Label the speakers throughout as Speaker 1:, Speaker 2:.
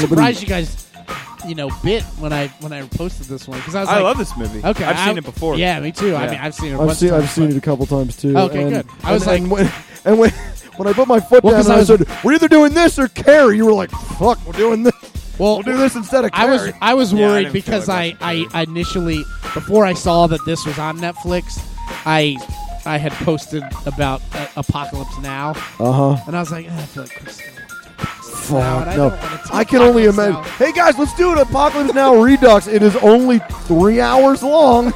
Speaker 1: surprised you guys, you know, bit when I when I posted this one because I was
Speaker 2: I
Speaker 1: like,
Speaker 2: love this movie.
Speaker 1: Okay,
Speaker 2: I've
Speaker 1: I-
Speaker 2: seen it before.
Speaker 1: Yeah, me too. I
Speaker 2: Yeah.
Speaker 1: mean, I've seen it.
Speaker 3: I've
Speaker 1: once
Speaker 3: seen I've
Speaker 1: twice,
Speaker 3: seen
Speaker 1: but-
Speaker 3: it a couple times too.
Speaker 1: Okay,
Speaker 3: and,
Speaker 1: good. I was
Speaker 3: and,
Speaker 1: like-
Speaker 3: and when, and when when I put my foot
Speaker 1: Well,
Speaker 3: down,
Speaker 1: 'cause
Speaker 3: and
Speaker 1: I
Speaker 3: I
Speaker 1: was-
Speaker 3: said, "We're either doing this or carry." You were like, "Fuck, we're doing this.
Speaker 1: Well,
Speaker 3: We'll do this instead of
Speaker 1: I
Speaker 3: carry."
Speaker 1: was I was
Speaker 2: Yeah, I
Speaker 1: worried
Speaker 2: didn't feel
Speaker 1: because I,
Speaker 2: like
Speaker 1: I I initially before I saw that this was on Netflix, I I had posted about uh, Apocalypse Now,
Speaker 3: uh huh.
Speaker 1: and I was like, "Ah, I feel like Chris is gonna watch Apocalypse Now, and
Speaker 3: Fuck
Speaker 1: I
Speaker 3: Oh, no.
Speaker 1: don't wanna do
Speaker 3: I can only
Speaker 1: Apocalypse
Speaker 3: imagine.
Speaker 1: Now."
Speaker 3: Hey guys, let's do an Apocalypse Now Redux. It is only three hours long.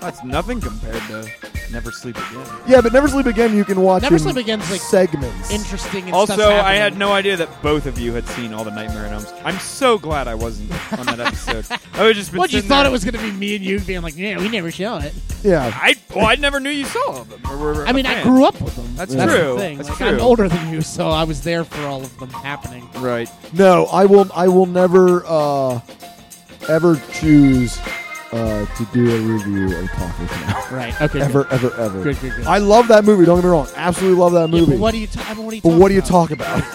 Speaker 2: That's nothing compared to Never Sleep Again.
Speaker 3: Yeah, but Never Sleep Again, you can watch.
Speaker 1: Never
Speaker 3: in
Speaker 1: Sleep Again's, like,
Speaker 3: segments.
Speaker 1: Interesting. And
Speaker 2: Also,
Speaker 1: stuff's
Speaker 2: I had
Speaker 1: happening.
Speaker 2: no idea that both of you had seen all the Nightmare on Elm Street. I'm so glad I wasn't on that episode. I would just been
Speaker 1: What you
Speaker 2: sitting
Speaker 1: thought
Speaker 2: there-
Speaker 1: it was going to be me and you being like, yeah, we never saw it.
Speaker 3: yeah.
Speaker 2: I well, I never knew you saw them. Or were
Speaker 1: I mean,
Speaker 2: a
Speaker 1: I
Speaker 2: fan.
Speaker 1: grew up with them.
Speaker 2: That's
Speaker 1: That's
Speaker 2: true.
Speaker 1: The thing.
Speaker 2: That's
Speaker 1: like,
Speaker 2: true.
Speaker 1: I'm older than you, so I was there for all of them happening.
Speaker 2: Right.
Speaker 3: No, I will. I will never, uh, ever choose uh, to do a review of Apocalypse Now.
Speaker 1: Right. Okay.
Speaker 3: ever, ever, ever.
Speaker 1: Good, good, good.
Speaker 3: I love that movie. Don't get me wrong. Absolutely love that
Speaker 1: Good. Yeah,
Speaker 3: movie.
Speaker 1: but what do you? ta- I mean, what do you?
Speaker 3: But
Speaker 1: talk
Speaker 3: what do you
Speaker 1: about?
Speaker 3: talk about?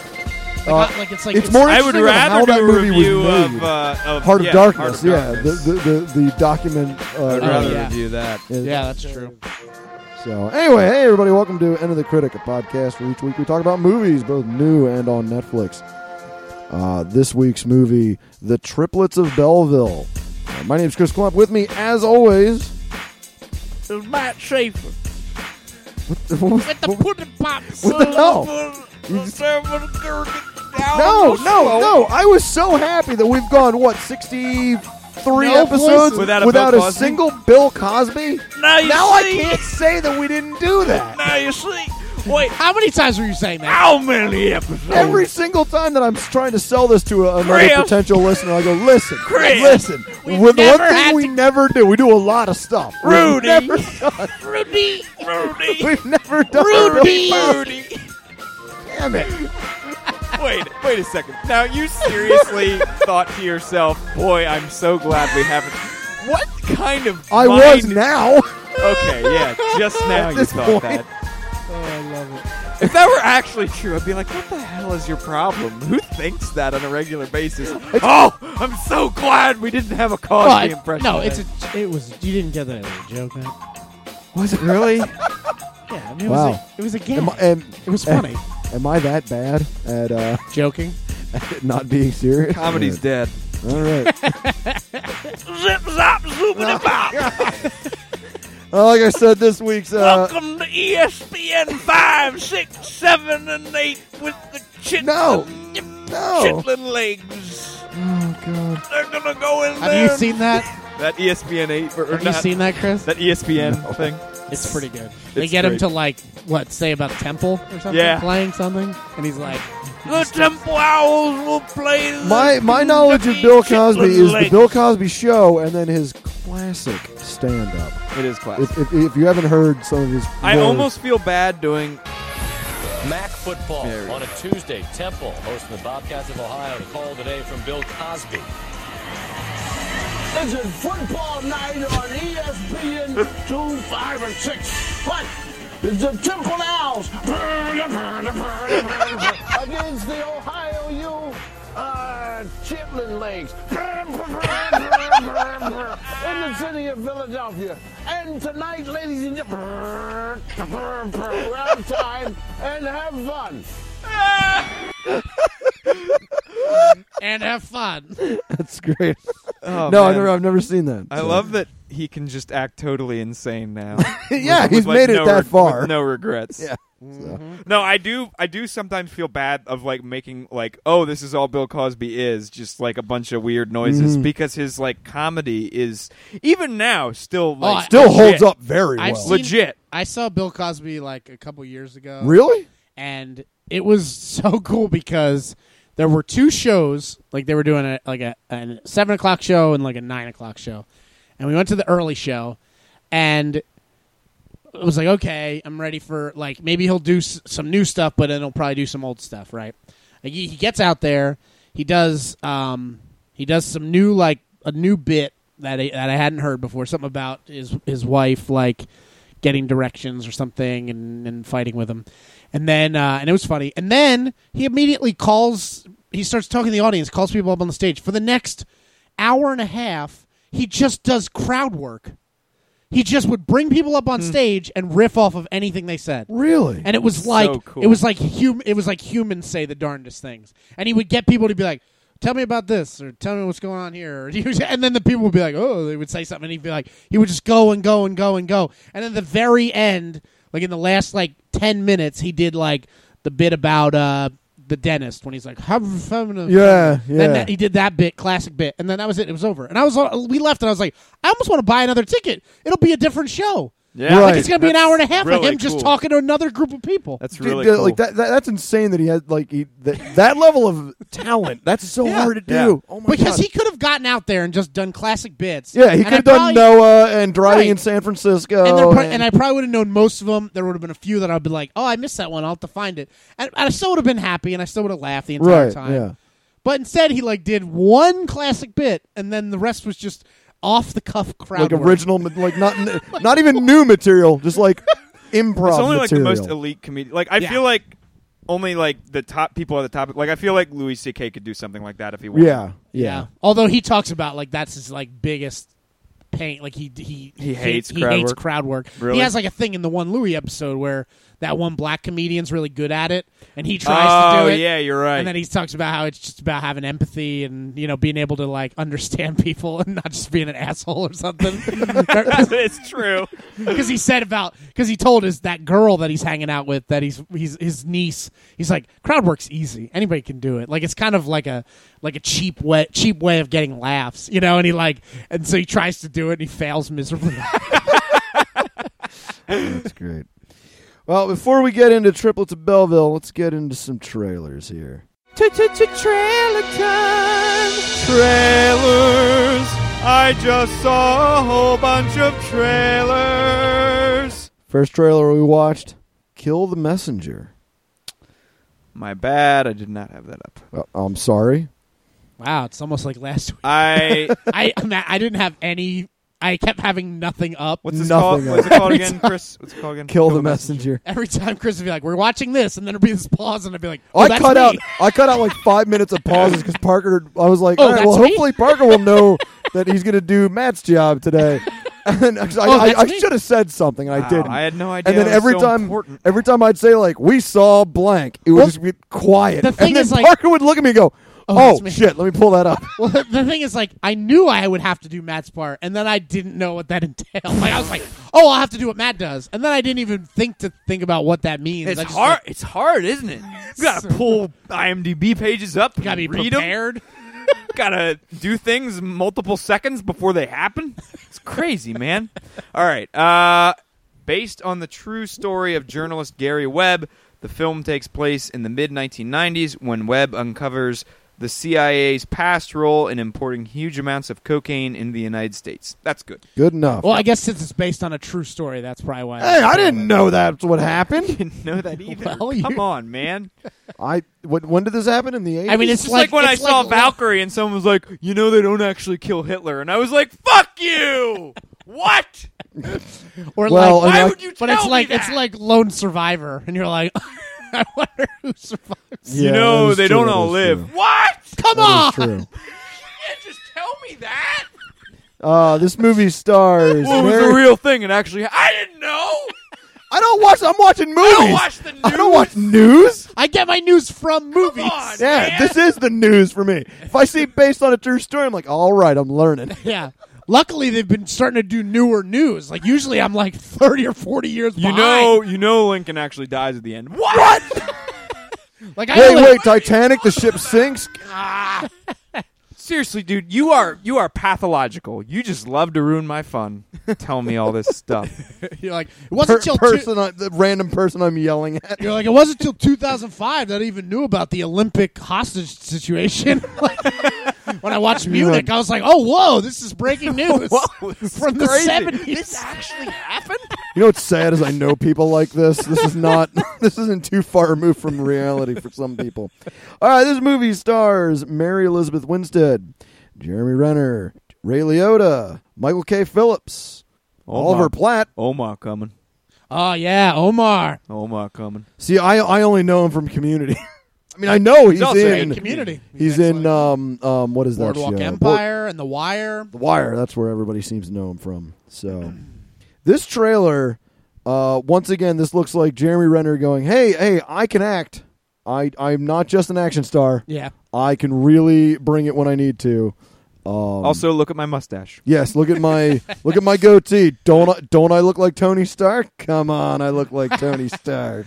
Speaker 1: Like, I- like it's like
Speaker 3: it's more-
Speaker 2: I would
Speaker 3: Interesting of how
Speaker 2: rather
Speaker 3: that
Speaker 2: do a
Speaker 3: movie was
Speaker 2: review
Speaker 3: made.
Speaker 2: of, uh, of
Speaker 3: Heart of
Speaker 2: yeah,
Speaker 3: Darkness.
Speaker 2: Heart of
Speaker 3: yeah,
Speaker 2: Darkness.
Speaker 3: The, the the the document. Uh,
Speaker 2: I'd
Speaker 1: Oh,
Speaker 2: rather
Speaker 1: yeah.
Speaker 2: review that.
Speaker 1: Yeah, that's true.
Speaker 3: So anyway, hey everybody, welcome to End of the Critic, a podcast where each week we talk about movies, both new and on Netflix. Uh, this week's movie, The Triplets of Belleville. Uh, my name's Chris Klump. With me, as always,
Speaker 1: It's Matt Schaefer
Speaker 3: no,
Speaker 1: with the pudding pops.
Speaker 3: What the hell? no,
Speaker 1: Oh,
Speaker 3: no! I was so happy that we've gone what sixty-three
Speaker 1: No
Speaker 3: episodes
Speaker 1: voices.
Speaker 2: Without a Bill
Speaker 3: a
Speaker 2: Cosby?
Speaker 3: single Bill Cosby.
Speaker 2: Now you
Speaker 3: Now I
Speaker 2: see.
Speaker 3: can't say that we didn't do that.
Speaker 2: Now you see. Wait,
Speaker 1: How many times were you saying that?
Speaker 2: how many episodes?
Speaker 3: Every single time that I'm trying to sell this to a, another
Speaker 2: Chris.
Speaker 3: potential listener, I go, listen,
Speaker 2: Chris.
Speaker 3: listen.
Speaker 1: We've
Speaker 3: With the one
Speaker 1: never
Speaker 3: thing
Speaker 1: had
Speaker 3: we
Speaker 1: to-
Speaker 3: never do, we do a lot of stuff. We've
Speaker 2: Rudy.
Speaker 3: never done-
Speaker 1: Rudy, Rudy,
Speaker 3: We've never done
Speaker 1: Rudy.
Speaker 3: Bill Cosby.
Speaker 2: Rudy.
Speaker 3: Damn it.
Speaker 2: Wait, wait a second. Now you seriously thought to yourself, "Boy, I'm so glad we haven't." What kind of
Speaker 3: I
Speaker 2: mind-
Speaker 3: was now.
Speaker 2: Okay, yeah, just now you
Speaker 3: this
Speaker 2: thought
Speaker 3: point.
Speaker 2: that.
Speaker 1: Oh, I love it.
Speaker 2: If that were actually true, I'd be like, "What the hell is your problem? Who thinks that on a regular basis?" oh, I'm so glad we didn't have a Cosby
Speaker 1: Well, I-
Speaker 2: impression.
Speaker 1: no,
Speaker 2: today.
Speaker 1: it's a. It was. You didn't get that as a joke, man.
Speaker 2: was it really?
Speaker 1: Yeah, I mean, it
Speaker 3: Wow. eh,
Speaker 1: was. A, it was a game.
Speaker 3: Am I, am,
Speaker 1: it was funny.
Speaker 3: am I that bad at, uh,
Speaker 1: Joking.
Speaker 3: at not being serious?
Speaker 2: Comedy's dead.
Speaker 3: All right.
Speaker 2: Zip zap zoomity bop.
Speaker 3: Well, Uh, like I said, this week's uh,
Speaker 2: to E ESPN five, six, seven, and eight with the chit
Speaker 3: No. no.
Speaker 2: legs.
Speaker 3: Oh god.
Speaker 2: They're gonna go in
Speaker 1: Have you seen that?
Speaker 2: that E ESPN eight? Or, or
Speaker 1: Have you
Speaker 2: not,
Speaker 1: seen that, Chris?
Speaker 2: that E ESPN thing?
Speaker 1: It's pretty good. They
Speaker 2: It's
Speaker 1: get him
Speaker 2: great.
Speaker 1: to like what say about temple or something,
Speaker 2: Yeah.
Speaker 1: playing something, and he's like,
Speaker 4: The Temple Owls will play. The
Speaker 3: My my knowledge of
Speaker 4: Kentucky
Speaker 3: Bill Cosby
Speaker 4: Chitlin'
Speaker 3: is the
Speaker 4: Lake.
Speaker 3: Bill Cosby show and then his classic stand up.
Speaker 2: It is classic.
Speaker 3: If, if, if you haven't heard some of his,
Speaker 2: I
Speaker 3: roles-
Speaker 2: almost feel bad doing.
Speaker 5: Mac football
Speaker 2: There we
Speaker 5: on a Tuesday. Temple hosting the Bobcats of Ohio. A call today from Bill Cosby.
Speaker 4: It's a football night on E ESPN 2, 5, and 6. What? It's the Temple Owls against the Ohio U. Uh, Chitlin Lakes in the city of Philadelphia. And tonight, ladies and gentlemen, we're out of time and have fun.
Speaker 1: and have fun.
Speaker 3: That's great.
Speaker 2: Oh,
Speaker 3: no, I
Speaker 2: man.
Speaker 3: never, I've never seen that.
Speaker 2: I love that he can just act totally insane now.
Speaker 3: yeah,
Speaker 2: With,
Speaker 3: he's
Speaker 2: like,
Speaker 3: made it
Speaker 2: no
Speaker 3: that
Speaker 2: reg-
Speaker 3: far.
Speaker 2: with no regrets.
Speaker 3: Yeah.
Speaker 2: No, I do. I do sometimes feel bad of like making like, oh, this is all Bill Cosby is, just like a bunch of weird noises,
Speaker 3: Mm.
Speaker 2: because his like comedy is even now still like
Speaker 1: I-
Speaker 3: Oh, Still holds
Speaker 2: legit.
Speaker 3: up very
Speaker 1: I've
Speaker 3: well.
Speaker 1: seen-
Speaker 2: legit.
Speaker 1: I saw Bill Cosby like a couple years ago,
Speaker 3: really?
Speaker 1: and it was so cool because there were two shows. Like they were doing a like a, a seven o'clock show and like a nine o'clock show, and we went to the early show, and it was like, okay, I'm ready for like maybe he'll do s- some new stuff, but then he'll probably do some old stuff, right? Like he, he gets out there, he does um he does some new like a new bit that I, that I hadn't heard before. Something about his his wife like getting directions or something and and fighting with him, and then uh, and it was funny. And then he immediately calls. He starts talking to the audience, calls people up on the stage for the next hour and a half. He just does crowd work. He just would bring people up
Speaker 2: Hmm.
Speaker 1: on stage and riff off of anything they said
Speaker 3: Really?
Speaker 1: and it was
Speaker 2: So
Speaker 1: like
Speaker 2: cool.
Speaker 1: it was like hum- it was like humans say the darndest things and he would get people to be like tell me about this or tell me what's going on here or he was- and then the people would be like oh they would say something and he'd be like he would just go and go and go and go and at the very end like in the last like 10 minutes he did like the bit about uh the dentist when he's like have fun
Speaker 3: Yeah, yeah.
Speaker 1: then that, he did that bit classic bit and then that was it it was over and i was we left and i was like i almost want to buy another ticket it'll be a different show
Speaker 2: Yeah,
Speaker 1: like it's gonna be an
Speaker 2: That's
Speaker 1: hour and a half of
Speaker 2: really
Speaker 1: him just
Speaker 2: cool.
Speaker 1: talking to another group of people.
Speaker 2: That's
Speaker 3: Dude,
Speaker 2: really
Speaker 3: that-
Speaker 2: cool.
Speaker 3: like that, that. That's insane that he had like he, that, that level of talent. That's so
Speaker 1: Yeah.
Speaker 3: hard to do.
Speaker 2: Yeah.
Speaker 3: Oh my
Speaker 1: because
Speaker 3: God.
Speaker 1: he could have gotten out there and just done classic bits.
Speaker 3: yeah, he
Speaker 1: And
Speaker 3: could have done
Speaker 1: I probably-
Speaker 3: Noah and driving
Speaker 1: Right.
Speaker 3: in San Francisco.
Speaker 1: And, there pro- and I probably would have known most of them. There would have been a few that I'd be like, "Oh, I missed that one. I'll have to find it." And, and I still would have been happy, and I still would have laughed the entire
Speaker 3: right,
Speaker 1: time.
Speaker 3: yeah.
Speaker 1: But instead, he like did one classic bit, and then the rest was just off the cuff
Speaker 3: like
Speaker 1: crowd work.
Speaker 3: original, ma- like not not even new material, just like improv
Speaker 2: It's only like the
Speaker 3: material.
Speaker 2: most elite comedian. Like I
Speaker 1: Yeah.
Speaker 2: feel like only like the top people at the top. Like I feel like Louis C.K. could do something like that if he wanted.
Speaker 3: yeah, yeah,
Speaker 1: Yeah. Although he talks about like that's his like biggest pain. Like he he
Speaker 2: He hates
Speaker 1: he
Speaker 2: crowd
Speaker 1: hates
Speaker 2: work.
Speaker 1: crowd work.
Speaker 2: Really?
Speaker 1: He has like a thing in the one Louis episode where that one black comedian's really good at it, and he tries
Speaker 2: oh
Speaker 1: to do it.
Speaker 2: yeah, you're right.
Speaker 1: And then he talks about how it's just about having empathy and you know being able to like understand people and not just being an asshole or something.
Speaker 2: it's true.
Speaker 1: Because he said about because he told his that girl that he's hanging out with that he's he's his niece. He's like crowd work's easy. Anybody can do it. Like it's kind of like a like a cheap way cheap way of getting laughs, you know. And he like and so he tries to do it and he fails miserably.
Speaker 3: That's great. Well, before we get into triplets of Belleville, let's get into some trailers here.
Speaker 2: Trailer time. Trailers. I just saw a whole bunch of trailers.
Speaker 3: First trailer we watched, "Kill the Messenger."
Speaker 2: My bad. I did not have that up.
Speaker 3: Uh, I'm sorry.
Speaker 1: wow, it's almost like last week.
Speaker 2: I.
Speaker 1: I I'm not- I didn't have any. I kept having nothing up.
Speaker 2: What's this
Speaker 3: Nothing
Speaker 2: called? What's it
Speaker 3: else.
Speaker 2: called again, Chris? What's it called again?
Speaker 3: Kill, the messenger.
Speaker 1: Every time Chris would be like, "We're watching this," and then there'd be this pause, and I'd be like, "Oh,
Speaker 3: I
Speaker 1: that's
Speaker 3: cut
Speaker 1: me.
Speaker 3: out. I cut out like five minutes of pauses because Parker. I was like,
Speaker 1: Oh,
Speaker 3: all right, well,
Speaker 1: that's me?
Speaker 3: hopefully Parker will know that he's going to do Matt's job today. And I,
Speaker 1: Oh,
Speaker 3: I,
Speaker 1: that's
Speaker 3: I
Speaker 1: me?
Speaker 3: should have said something, and I
Speaker 2: Wow,
Speaker 3: didn't.
Speaker 2: I had no idea.
Speaker 3: and then
Speaker 2: that was
Speaker 3: every
Speaker 2: so
Speaker 3: time,
Speaker 2: important.
Speaker 3: every time I'd say like, "We saw blank," it would
Speaker 1: Well,
Speaker 3: just be quiet.
Speaker 1: the thing
Speaker 3: and then
Speaker 1: is, like-
Speaker 3: Parker would look at me and go, "Oh,
Speaker 1: Oh, that's me."
Speaker 3: shit, let me pull that up."
Speaker 1: Well, the thing is, like, I knew I would have to do Matt's part, and then I didn't know what that entailed. Like, I was like, "Oh, I'll have to do what Matt does," and then I didn't even think to think about what that means.
Speaker 2: It's
Speaker 1: I just,
Speaker 2: hard.
Speaker 1: Like,
Speaker 2: it's hard, isn't it? You gotta
Speaker 1: So-
Speaker 2: pull IMDb pages up.
Speaker 1: gotta be
Speaker 2: and read 'em.
Speaker 1: prepared.
Speaker 2: Gotta do things multiple seconds before they happen. It's crazy, man. All right. Uh, based on the true story of journalist Gary Webb, the film takes place in the mid 1990s when Webb uncovers the CIA's past role in importing huge amounts of cocaine into the United States. That's good.
Speaker 3: Good enough.
Speaker 1: Well, I guess since it's based on a true story, that's probably why.
Speaker 3: hey, I didn't know that's what happened.
Speaker 2: Didn't know that either.
Speaker 1: Well, you-
Speaker 2: Come on, man.
Speaker 3: I what, when did this happen in the 80s?
Speaker 1: I mean, it's
Speaker 2: It's like, when I
Speaker 1: it's
Speaker 2: saw
Speaker 1: like-
Speaker 2: Valkyrie and someone was like, "You know they don't actually kill Hitler," and I was like, "Fuck you! what?
Speaker 1: or
Speaker 3: Well,
Speaker 1: like,
Speaker 3: I
Speaker 2: Why
Speaker 3: mean,
Speaker 2: would you tell
Speaker 1: but it's
Speaker 2: me
Speaker 1: like
Speaker 2: that?
Speaker 1: it's like Lone Survivor, and you're like, I wonder who survives.
Speaker 3: Yeah,
Speaker 2: you know
Speaker 3: that is
Speaker 2: they
Speaker 3: true,
Speaker 2: don't
Speaker 3: that
Speaker 2: all
Speaker 3: is
Speaker 2: live.
Speaker 3: true.
Speaker 2: What?
Speaker 1: Come
Speaker 3: That is
Speaker 1: on,
Speaker 3: true.
Speaker 2: Yeah, just tell me that.
Speaker 3: Uh, this movie stars.
Speaker 2: What was
Speaker 3: Mary-
Speaker 2: the real thing? And actually, I didn't know.
Speaker 3: I don't watch. I'm watching movies.
Speaker 2: don't watch the
Speaker 3: I don't watch
Speaker 2: news.
Speaker 3: news.
Speaker 1: I get my news from movies.
Speaker 2: on.
Speaker 3: Yeah,
Speaker 2: Man.
Speaker 3: this is the news for me. If I see based on a true story, I'm like, all right, I'm learning.
Speaker 1: Yeah. Luckily, they've been starting to do newer news. Like usually, I'm like thirty or forty years.
Speaker 2: You
Speaker 1: behind.
Speaker 2: know, you know, Lincoln actually dies at the end. What?
Speaker 1: like I
Speaker 3: Hey,
Speaker 1: only-
Speaker 3: wait, Titanic, the ship sinks.
Speaker 2: Seriously, dude, you are you are pathological. You just love to ruin my fun. tell me all this stuff.
Speaker 1: You're like it wasn't
Speaker 3: Per-
Speaker 1: till
Speaker 3: person, I- the random person I'm yelling at.
Speaker 1: you're like it wasn't till 2005 that I even knew about the Olympic hostage situation. Like, when I watched Munich, I was like, "Oh, whoa! This is breaking news
Speaker 2: Whoa, this is
Speaker 1: from the
Speaker 2: crazy.
Speaker 1: seventies.
Speaker 2: This actually happened.
Speaker 3: You know what's sad is I know people like this. This is not. this isn't too far removed from reality for some people. All right, this movie stars Mary Elizabeth Winstead, Jeremy Renner, Ray Liotta, Michael K. Phillips, Oliver Platt.
Speaker 2: Omar coming.
Speaker 1: Oh yeah, Omar.
Speaker 2: Omar coming.
Speaker 3: See, I I only know him from Community. I mean, I know he's,
Speaker 2: also
Speaker 3: in.
Speaker 2: in
Speaker 1: Community.
Speaker 3: He's in um um what is that
Speaker 1: Boardwalk
Speaker 3: show?
Speaker 1: Empire and The Wire.
Speaker 3: The Wire. That's where everybody seems to know him from. So, this trailer, uh, once again, this looks like Jeremy Renner going, "Hey, hey, I can act. I I'm not just an action star.
Speaker 1: Yeah,
Speaker 3: I can really bring it when I need to." Um,
Speaker 2: Also, look at my mustache.
Speaker 3: yes, look at my look at my goatee. Don't I, don't I look like Tony Stark? Come on, I look like Tony Stark.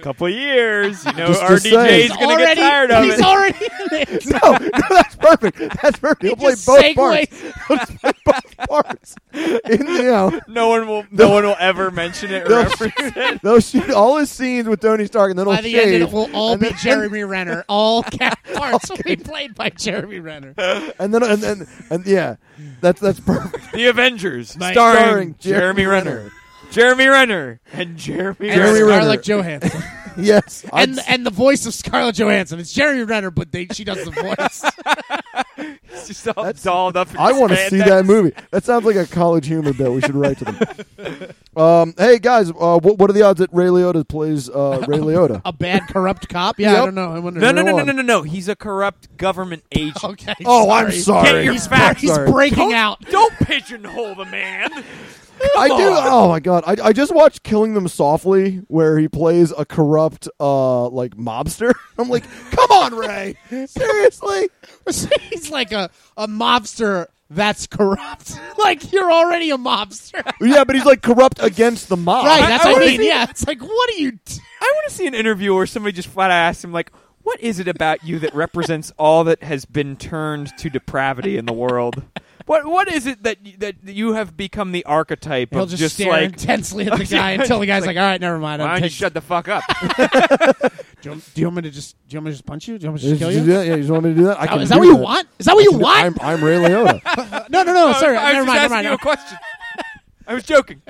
Speaker 2: Couple years, you know,
Speaker 3: Just to
Speaker 2: RDJ
Speaker 3: say.
Speaker 2: is gonna get tired of
Speaker 1: he's
Speaker 2: it.
Speaker 1: already in it.
Speaker 3: no, no, that's perfect. That's perfect. He'll play
Speaker 1: just
Speaker 3: both
Speaker 1: segued.
Speaker 3: parts. He'll just play both parts. In, you know,
Speaker 2: No one will. No one will ever mention it.
Speaker 3: They'll-
Speaker 2: Or reference it.
Speaker 3: They'll shoot all his scenes with Tony Stark, and then
Speaker 1: By
Speaker 3: he'll
Speaker 1: the
Speaker 3: shave.
Speaker 1: end, it will all
Speaker 3: and
Speaker 1: be
Speaker 3: then-
Speaker 1: Jeremy Renner. All ca- parts will be played by Jeremy Renner.
Speaker 3: And then, and then, and yeah, that's that's perfect.
Speaker 2: The Avengers,
Speaker 1: Nice.
Speaker 2: starring,
Speaker 3: Starring
Speaker 2: Jeremy,
Speaker 3: Jeremy
Speaker 2: Renner.
Speaker 3: Renner.
Speaker 2: Jeremy Renner and Jeremy.
Speaker 1: And
Speaker 3: Jeremy
Speaker 2: Renner.
Speaker 1: Scarlett Johansson.
Speaker 3: Yes, I'd
Speaker 1: and
Speaker 3: s-
Speaker 1: and the voice of Scarlett Johansson. It's Jeremy Renner, but they, she does the voice.
Speaker 2: He's just all dolled up. in
Speaker 3: I want to see
Speaker 2: spandex.
Speaker 3: that movie. That sounds like a college humor bit. We should write to them. Um, hey guys, uh, what, what are the odds that Ray Liotta plays uh, Ray Liotta?
Speaker 1: a bad corrupt cop. Yeah, I
Speaker 3: Yep.
Speaker 1: don't know. I wonder.
Speaker 2: No,
Speaker 3: Go
Speaker 2: no, no, no,
Speaker 3: on.
Speaker 2: no, no, no. He's a corrupt government agent.
Speaker 1: Okay.
Speaker 3: Oh, I'm sorry.
Speaker 2: Get your
Speaker 1: he's
Speaker 2: facts.
Speaker 1: he's
Speaker 3: Sorry.
Speaker 1: breaking
Speaker 2: Don't-
Speaker 1: out.
Speaker 2: Don't pigeonhole the man.
Speaker 3: I do.
Speaker 2: on.
Speaker 3: Oh my god, I, I just watched Killing Them Softly, where he plays a corrupt uh like mobster. I'm like, come on, Ray, seriously.
Speaker 1: he's like a a mobster that's corrupt. like you're already a mobster.
Speaker 3: Yeah, but he's like corrupt against the mob.
Speaker 1: Right, that's
Speaker 2: I
Speaker 1: what I
Speaker 2: wanna
Speaker 1: mean.
Speaker 2: see-
Speaker 1: Yeah, it's like, what are you? T-
Speaker 2: I want to see an interview where somebody just flat out asks him, like, what is it about you that represents all that has been turned to depravity in the world? What What is it that you, that you have become the archetype
Speaker 1: He'll
Speaker 2: of
Speaker 1: just,
Speaker 2: just
Speaker 1: stare
Speaker 2: like,
Speaker 1: intensely at the guy until the guy's like, "All right, never mind." I'm
Speaker 2: why don't you
Speaker 1: pissed.
Speaker 2: shut the fuck up?
Speaker 1: do, you, do you want me to just? Do you want me to just punch you? Do you want me to
Speaker 3: Is,
Speaker 1: just kill you?
Speaker 3: yeah, yeah, you just want me to do that? I
Speaker 1: Oh,
Speaker 3: can
Speaker 1: is that
Speaker 3: do
Speaker 1: what you want? Is that what you
Speaker 3: I'm-
Speaker 1: want?
Speaker 3: I'm, I'm Ray Liotta.
Speaker 1: no, no, no.
Speaker 2: I was-
Speaker 1: sorry,
Speaker 2: I
Speaker 1: never mind.
Speaker 2: was just
Speaker 1: Never
Speaker 2: asking
Speaker 1: mind.
Speaker 2: you a question. I was joking.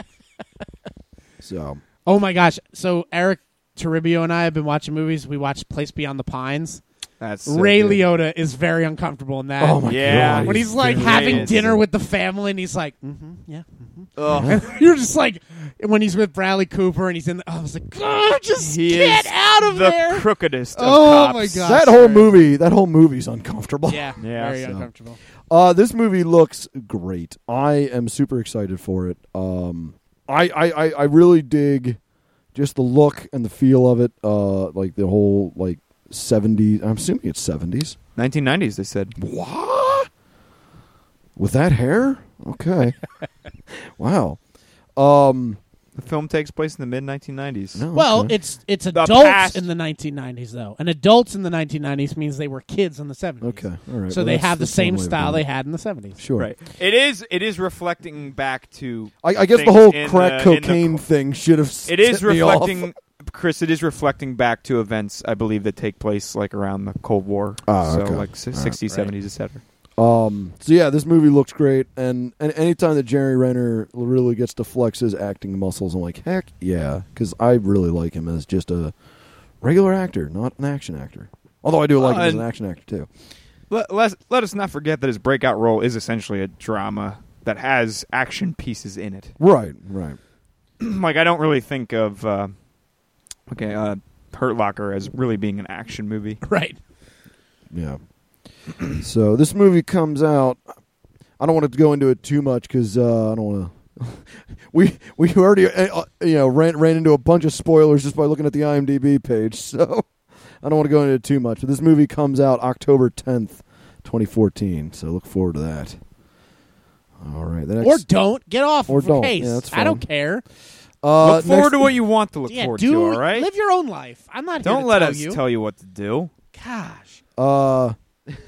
Speaker 3: so
Speaker 1: Oh my gosh! So Eric Toribio and I have been watching movies. We watched Place Beyond the Pines.
Speaker 2: That's
Speaker 1: Ray Liotta is very uncomfortable in that.
Speaker 3: Oh my
Speaker 2: Yeah.
Speaker 3: god.
Speaker 1: When he's like
Speaker 2: Yes.
Speaker 1: having
Speaker 2: Yes.
Speaker 1: dinner with the family, and he's like, mm-hmm, "Yeah." You're just like when he's with Bradley Cooper, and he's in. The, oh, I was like, "God, just
Speaker 2: He
Speaker 1: get
Speaker 2: is
Speaker 1: out of
Speaker 2: the
Speaker 1: there!"
Speaker 2: crookedest of
Speaker 1: Oh,
Speaker 2: cops.
Speaker 1: my God.
Speaker 3: that whole movie, that whole movie's uncomfortable.
Speaker 1: yeah,
Speaker 2: Yeah,
Speaker 1: very
Speaker 2: so.
Speaker 1: uncomfortable.
Speaker 3: Uh, this movie looks great. I am super excited for it. Um, I, I, I, I really dig just the look and the feel of it. Uh, like the whole like seventies. I'm assuming it's seventies.
Speaker 2: 1990s, they said.
Speaker 3: What? With that hair? Okay. wow. Um.
Speaker 2: The film takes place in the mid 1990s.
Speaker 3: no,
Speaker 1: Well,
Speaker 3: okay.
Speaker 1: it's it's
Speaker 2: The
Speaker 1: adults
Speaker 2: past-
Speaker 1: in the 1990s though, and adults in the 1990s means they were kids in the 70s.
Speaker 3: okay. All right.
Speaker 1: so
Speaker 3: well,
Speaker 1: they
Speaker 3: that's-
Speaker 1: have the
Speaker 3: that's one
Speaker 1: same
Speaker 3: way of
Speaker 1: style
Speaker 3: doing
Speaker 1: they
Speaker 3: it.
Speaker 1: had in the 70s.
Speaker 3: Sure.
Speaker 2: Right. It is. It is reflecting back to.
Speaker 3: I, I guess the
Speaker 2: things
Speaker 3: whole
Speaker 2: in
Speaker 3: crack
Speaker 1: uh,
Speaker 2: the- in the
Speaker 3: cocaine
Speaker 2: co-
Speaker 3: thing should have.
Speaker 2: It is
Speaker 3: set me off.
Speaker 2: reflecting, Chris. It is reflecting back to events I believe that take place like around the Cold War,
Speaker 3: Ah,
Speaker 2: so
Speaker 3: okay.
Speaker 2: like si- 60s, 70s, etc.
Speaker 3: Um, so yeah, this movie looks great, and and anytime that Jerry Renner really gets to flex his acting muscles, I'm like, heck yeah, because I really like him as just a regular actor, not an action actor. Although I do like
Speaker 2: Uh,
Speaker 3: him as an
Speaker 2: and-
Speaker 3: action actor too.
Speaker 2: Let, let let us not forget that his breakout role is essentially a drama that has action pieces in it.
Speaker 3: Right, right.
Speaker 2: like I don't really think of uh, okay uh, Hurt Locker as really being an action movie.
Speaker 1: Right.
Speaker 3: Yeah. so this movie comes out. I don't want to go into it too much because uh, I don't want to. we we already uh, uh, you know ran ran into a bunch of spoilers just by looking at the IMDb page, so I don't want to go into it too much. But this movie comes out October tenth, twenty fourteen. So look forward to that. All right, the next,
Speaker 1: Or don't get off
Speaker 3: Or
Speaker 1: of
Speaker 3: don't.
Speaker 1: case.
Speaker 3: Yeah, that's
Speaker 1: I don't
Speaker 3: fine.
Speaker 1: care.
Speaker 3: uh,
Speaker 2: look forward
Speaker 3: next-
Speaker 2: to what you want to look
Speaker 1: yeah,
Speaker 2: forward
Speaker 1: do
Speaker 2: to. All right,
Speaker 1: live your own life. I'm not. here
Speaker 2: don't
Speaker 1: to
Speaker 2: let
Speaker 1: tell
Speaker 2: us
Speaker 1: you.
Speaker 2: tell you what to do,
Speaker 1: Gosh.
Speaker 3: Uh,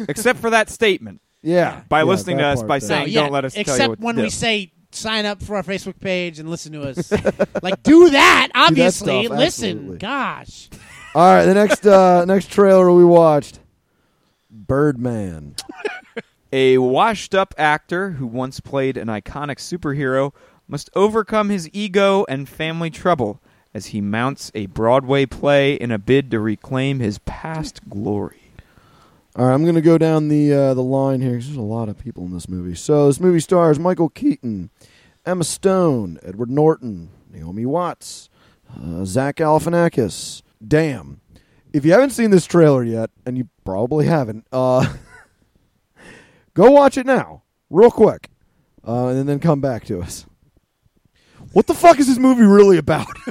Speaker 2: except for that statement.
Speaker 3: yeah,
Speaker 2: By
Speaker 3: yeah,
Speaker 2: listening
Speaker 3: that
Speaker 2: to us,
Speaker 3: part,
Speaker 2: by
Speaker 3: that-
Speaker 2: saying- Hey,
Speaker 1: yeah,
Speaker 2: don't let us tell you
Speaker 1: except
Speaker 2: what to
Speaker 1: when
Speaker 2: do.
Speaker 1: we say sign up for our Facebook page and listen to us. like do that, obviously.
Speaker 3: stuff,
Speaker 1: listen,
Speaker 3: absolutely.
Speaker 1: gosh.
Speaker 3: All right, the next uh, next trailer we watched, Birdman.
Speaker 2: A washed up actor who once played an iconic superhero must overcome his ego and family trouble as he mounts a Broadway play in a bid to reclaim his past glory.
Speaker 3: All right, I'm going to go down the uh, the line here 'cause there's a lot of people in this movie. So this movie stars Michael Keaton, Emma Stone, Edward Norton, Naomi Watts, uh, Zach Galifianakis. Damn, if you haven't seen this trailer yet, and you probably haven't, uh, go watch it now, real quick, uh, and then come back to us. What the fuck is this movie really about?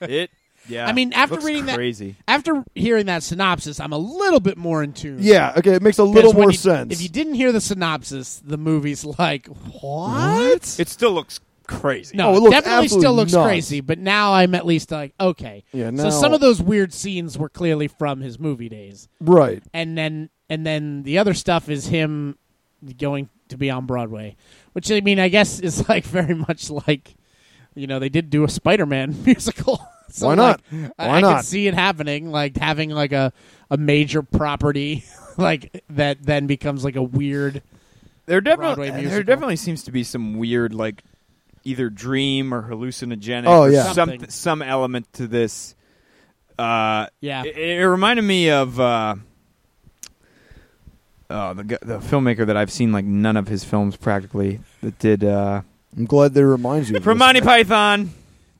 Speaker 2: It, yeah.
Speaker 1: I mean, after
Speaker 2: looks
Speaker 1: reading that-
Speaker 2: crazy.
Speaker 1: After hearing that synopsis, I'm a little bit more in tune.
Speaker 3: yeah, okay, it makes a
Speaker 1: 'Cause
Speaker 3: little
Speaker 1: when
Speaker 3: more
Speaker 1: you-
Speaker 3: sense.
Speaker 1: If you didn't hear the synopsis, the movie's like, what?
Speaker 3: what?
Speaker 2: It still looks crazy.
Speaker 1: No,
Speaker 3: Oh, it
Speaker 1: it
Speaker 3: looks
Speaker 1: definitely
Speaker 3: absolutely
Speaker 1: still looks
Speaker 3: nuts.
Speaker 1: crazy, but now I'm at least like, okay.
Speaker 3: Yeah, now-
Speaker 1: so some of those weird scenes were clearly from his movie days.
Speaker 3: right.
Speaker 1: And then and then the other stuff is him going to be on Broadway, which I mean, I guess is like very much like you know, they did do a Spider-Man musical. So,
Speaker 3: Why not?
Speaker 1: like,
Speaker 3: Why
Speaker 1: I, I
Speaker 3: not?
Speaker 1: could see it happening, like having like a, a major property like that then becomes like a weird
Speaker 2: There
Speaker 1: Broadway
Speaker 2: definitely there
Speaker 1: musical.
Speaker 2: definitely seems to be some weird like either dream or hallucinogenic
Speaker 3: Oh,
Speaker 2: or
Speaker 3: yeah.
Speaker 2: some
Speaker 1: Something.
Speaker 2: some element to this. Uh,
Speaker 1: yeah.
Speaker 2: it, it reminded me of uh, uh, the gu- the filmmaker that I've seen like none of his films practically that did uh,
Speaker 3: I'm glad they remind you of
Speaker 2: from
Speaker 3: this.
Speaker 2: Monty Python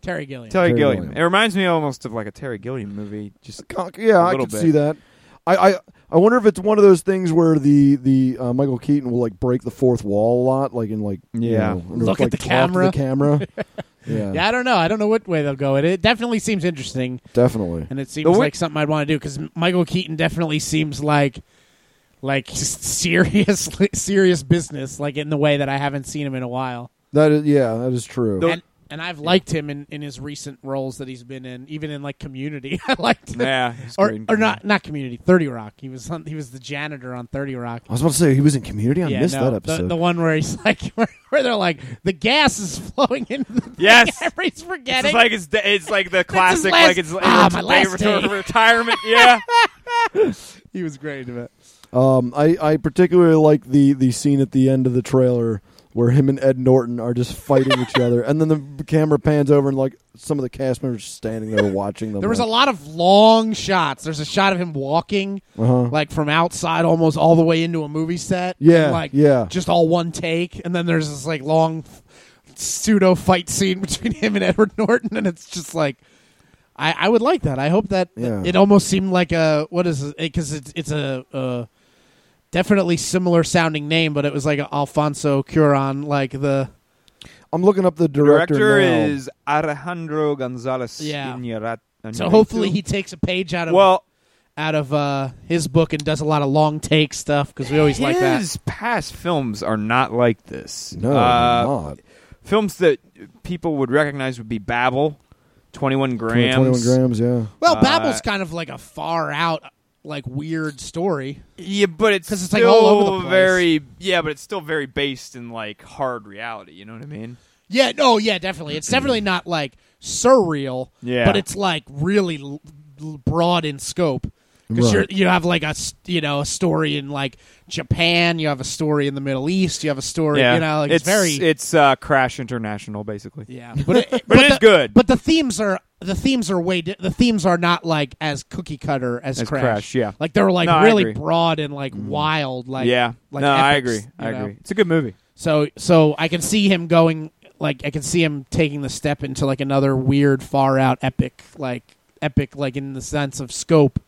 Speaker 1: Terry Gilliam.
Speaker 2: Terry
Speaker 3: Terry
Speaker 2: Gilliam.
Speaker 3: Gilliam.
Speaker 2: It reminds me almost of like a Terry Gilliam movie. Just
Speaker 3: Con- yeah,
Speaker 2: A
Speaker 3: I
Speaker 2: little
Speaker 3: could
Speaker 2: bit.
Speaker 3: see that. I, I I wonder if it's one of those things where the the uh, Michael Keaton will like break the fourth wall a lot, like in like you
Speaker 2: Yeah.
Speaker 3: know,
Speaker 1: Look
Speaker 3: like,
Speaker 1: at the
Speaker 3: talk to
Speaker 1: camera.
Speaker 3: the camera. yeah,
Speaker 1: Yeah, I don't know. I don't know what way they'll go. It, it definitely seems interesting,
Speaker 3: definitely.
Speaker 1: and it seems
Speaker 2: The way-
Speaker 1: like something I'd want to do because Michael Keaton definitely seems like like serious serious business, like in the way that I haven't seen him in a while.
Speaker 3: That is yeah, that is true.
Speaker 2: The-
Speaker 1: And and I've liked him in, in his recent roles that he's been in, even in like Community. I liked him.
Speaker 2: yeah, he's
Speaker 1: Or,
Speaker 2: great.
Speaker 1: or not not community thirty rock he was on, he was the janitor on thirty rock
Speaker 3: I was about to say he was in Community. I
Speaker 1: yeah
Speaker 3: missed
Speaker 1: no,
Speaker 3: that episode.
Speaker 1: The, the one where he's like where, where they're like the gas is flowing into the
Speaker 2: Yes.
Speaker 1: he's
Speaker 2: It's
Speaker 1: forgetting
Speaker 2: just like it's de- it's like the classic
Speaker 1: last-
Speaker 2: like it's like
Speaker 1: Ah,
Speaker 2: it's
Speaker 1: my
Speaker 2: day
Speaker 1: last
Speaker 2: for-
Speaker 1: day.
Speaker 2: for retirement. Yeah.
Speaker 1: he was great in it
Speaker 3: um, I I particularly like the the scene at the end of the trailer where him and Ed Norton are just fighting each other, and then the camera pans over and like some of the cast members standing there watching them.
Speaker 1: There was a
Speaker 3: like,
Speaker 1: lot of long shots. There's a shot of him walking,
Speaker 3: Uh-huh.
Speaker 1: like from outside almost all the way into a movie set.
Speaker 3: Yeah,
Speaker 1: And, like
Speaker 3: yeah.
Speaker 1: just all one take. And then there's this like long pseudo fight scene between him and Edward Norton, and it's just like. I, I would like that. I hope that
Speaker 3: Yeah.
Speaker 1: it almost seemed like a what is it? Because it's it's a, a definitely similar sounding name, but it was like Alfonso Cuarón, like the
Speaker 3: I'm looking up the director.
Speaker 2: director,
Speaker 3: now.
Speaker 2: is Alejandro Gonzalez
Speaker 1: Yeah.
Speaker 2: Iñárritu.
Speaker 1: so hopefully he takes a page out of
Speaker 2: well
Speaker 1: out of uh, his book and does a lot of long take stuff because we always
Speaker 2: his
Speaker 1: like that.
Speaker 2: past films are not like this.
Speaker 3: no,
Speaker 2: Uh,
Speaker 3: not
Speaker 2: films that people would recognize would be Babel, Twenty One Grams,
Speaker 3: 21 grams. Yeah.
Speaker 1: Well,
Speaker 2: uh,
Speaker 1: Babel's kind of like a far out, like weird story.
Speaker 2: Yeah, but it's
Speaker 1: 'Cause it's,
Speaker 2: still
Speaker 1: like, all over the place.
Speaker 2: very yeah, but it's still very based in like hard reality. You know what I mean?
Speaker 1: Yeah, no, yeah, definitely. It's definitely not like surreal.
Speaker 2: Yeah.
Speaker 1: but it's like really l- l- broad in scope. Because
Speaker 3: Right.
Speaker 1: you have like a s- you know a story in like Japan, you have a story in the Middle East, you have a story
Speaker 2: yeah,
Speaker 1: you know like, it's, very
Speaker 2: it's uh, Crash International basically.
Speaker 1: yeah, but it, but,
Speaker 2: it's
Speaker 1: the-
Speaker 2: good.
Speaker 1: But the themes are the themes are way di- the themes are not like as cookie cutter as,
Speaker 2: As Crash, yeah.
Speaker 1: like they were like
Speaker 2: No, I
Speaker 1: really
Speaker 2: agree. Mm-hmm.
Speaker 1: broad and like wild, like
Speaker 2: yeah,
Speaker 1: like
Speaker 2: no, I agree.
Speaker 1: epics,
Speaker 2: I
Speaker 1: you know?
Speaker 2: agree. It's a good movie.
Speaker 1: So so I can see him going like I can see him taking the step into like another weird far out epic like epic like in the sense of scope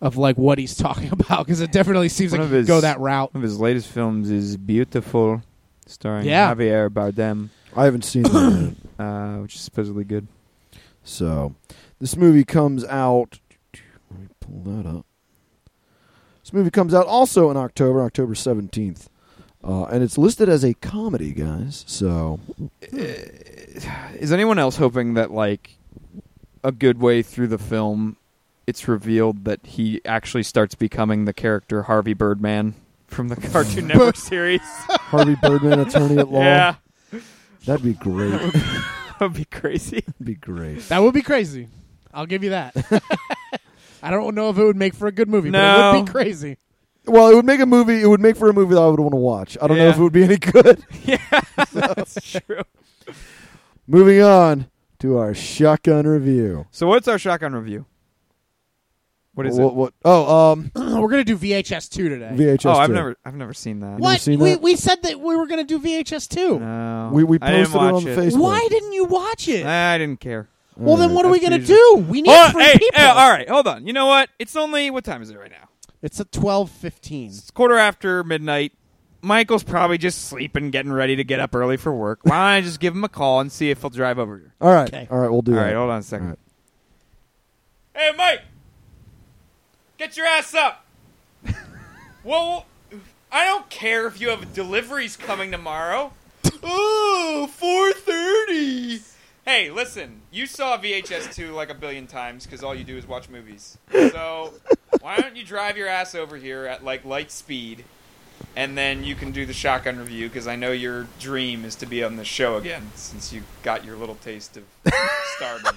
Speaker 1: of like what he's talking about because it definitely seems
Speaker 2: One
Speaker 1: like
Speaker 2: of
Speaker 1: he could
Speaker 2: his-
Speaker 1: go that route.
Speaker 2: One of his latest films is Beautiful, starring
Speaker 1: Yeah.
Speaker 2: Javier Bardem,
Speaker 3: I haven't seen that yet.
Speaker 2: uh, which is supposedly good.
Speaker 3: So, this movie comes out. Let me pull that up. This movie comes out also in October, October 17th. Uh, and it's listed as a comedy, guys. So,
Speaker 2: Eh, Is anyone else hoping that like a good way through the film, it's revealed that he actually starts becoming the character Harvey Birdman from the Cartoon Network series?
Speaker 3: Harvey Birdman, attorney at law.
Speaker 2: yeah,
Speaker 3: That'd be great.
Speaker 2: that would be crazy.
Speaker 3: That'd be great.
Speaker 1: That would be crazy. I'll give you that. I don't know if it would make for a good movie,
Speaker 2: No.
Speaker 1: but it would be crazy.
Speaker 3: Well, it would make a movie. It would make for a movie that I would want to watch. I don't know if
Speaker 2: Yeah.
Speaker 3: it would be any good.
Speaker 2: That's true.
Speaker 3: Moving on to our shotgun review.
Speaker 2: So what's our shotgun review? What is
Speaker 3: what,
Speaker 2: it?
Speaker 3: What? Oh, um,
Speaker 1: We're gonna do VHS two today.
Speaker 3: VHS.
Speaker 2: oh, I've
Speaker 3: 2.
Speaker 2: never, I've never seen that.
Speaker 3: never
Speaker 1: what
Speaker 3: seen
Speaker 1: we
Speaker 3: that?
Speaker 1: we said that we were gonna do VHS two.
Speaker 2: No,
Speaker 3: We- we
Speaker 2: I didn't
Speaker 3: posted it on
Speaker 2: watch
Speaker 3: the Facebook.
Speaker 1: Why didn't you watch it?
Speaker 2: I didn't care.
Speaker 1: well, then what are we
Speaker 2: that's
Speaker 1: gonna
Speaker 2: usually-
Speaker 1: do? We need
Speaker 2: Oh,
Speaker 1: three
Speaker 2: hey,
Speaker 1: people.
Speaker 2: hey, all right, hold on. You know what? It's only what time is it right now?
Speaker 1: It's a twelve fifteen.
Speaker 2: It's quarter after midnight. Michael's probably just sleeping, getting ready to get up early for work. Why don't I just give him a call and see if he'll drive over here?
Speaker 3: All right.
Speaker 1: Okay.
Speaker 3: All right. We'll do
Speaker 2: All
Speaker 3: that.
Speaker 2: right, hold on a second.
Speaker 3: All
Speaker 2: Hey, Mike, get your ass up. well, I don't care if you have deliveries coming tomorrow. Ooh, four thirty. Hey, listen, you saw VHS two like a billion times because all you do is watch movies. So why don't you drive your ass over here at like light speed? And then you can do the shotgun review because I know your dream is to be on the show again since you got your little taste of stardom.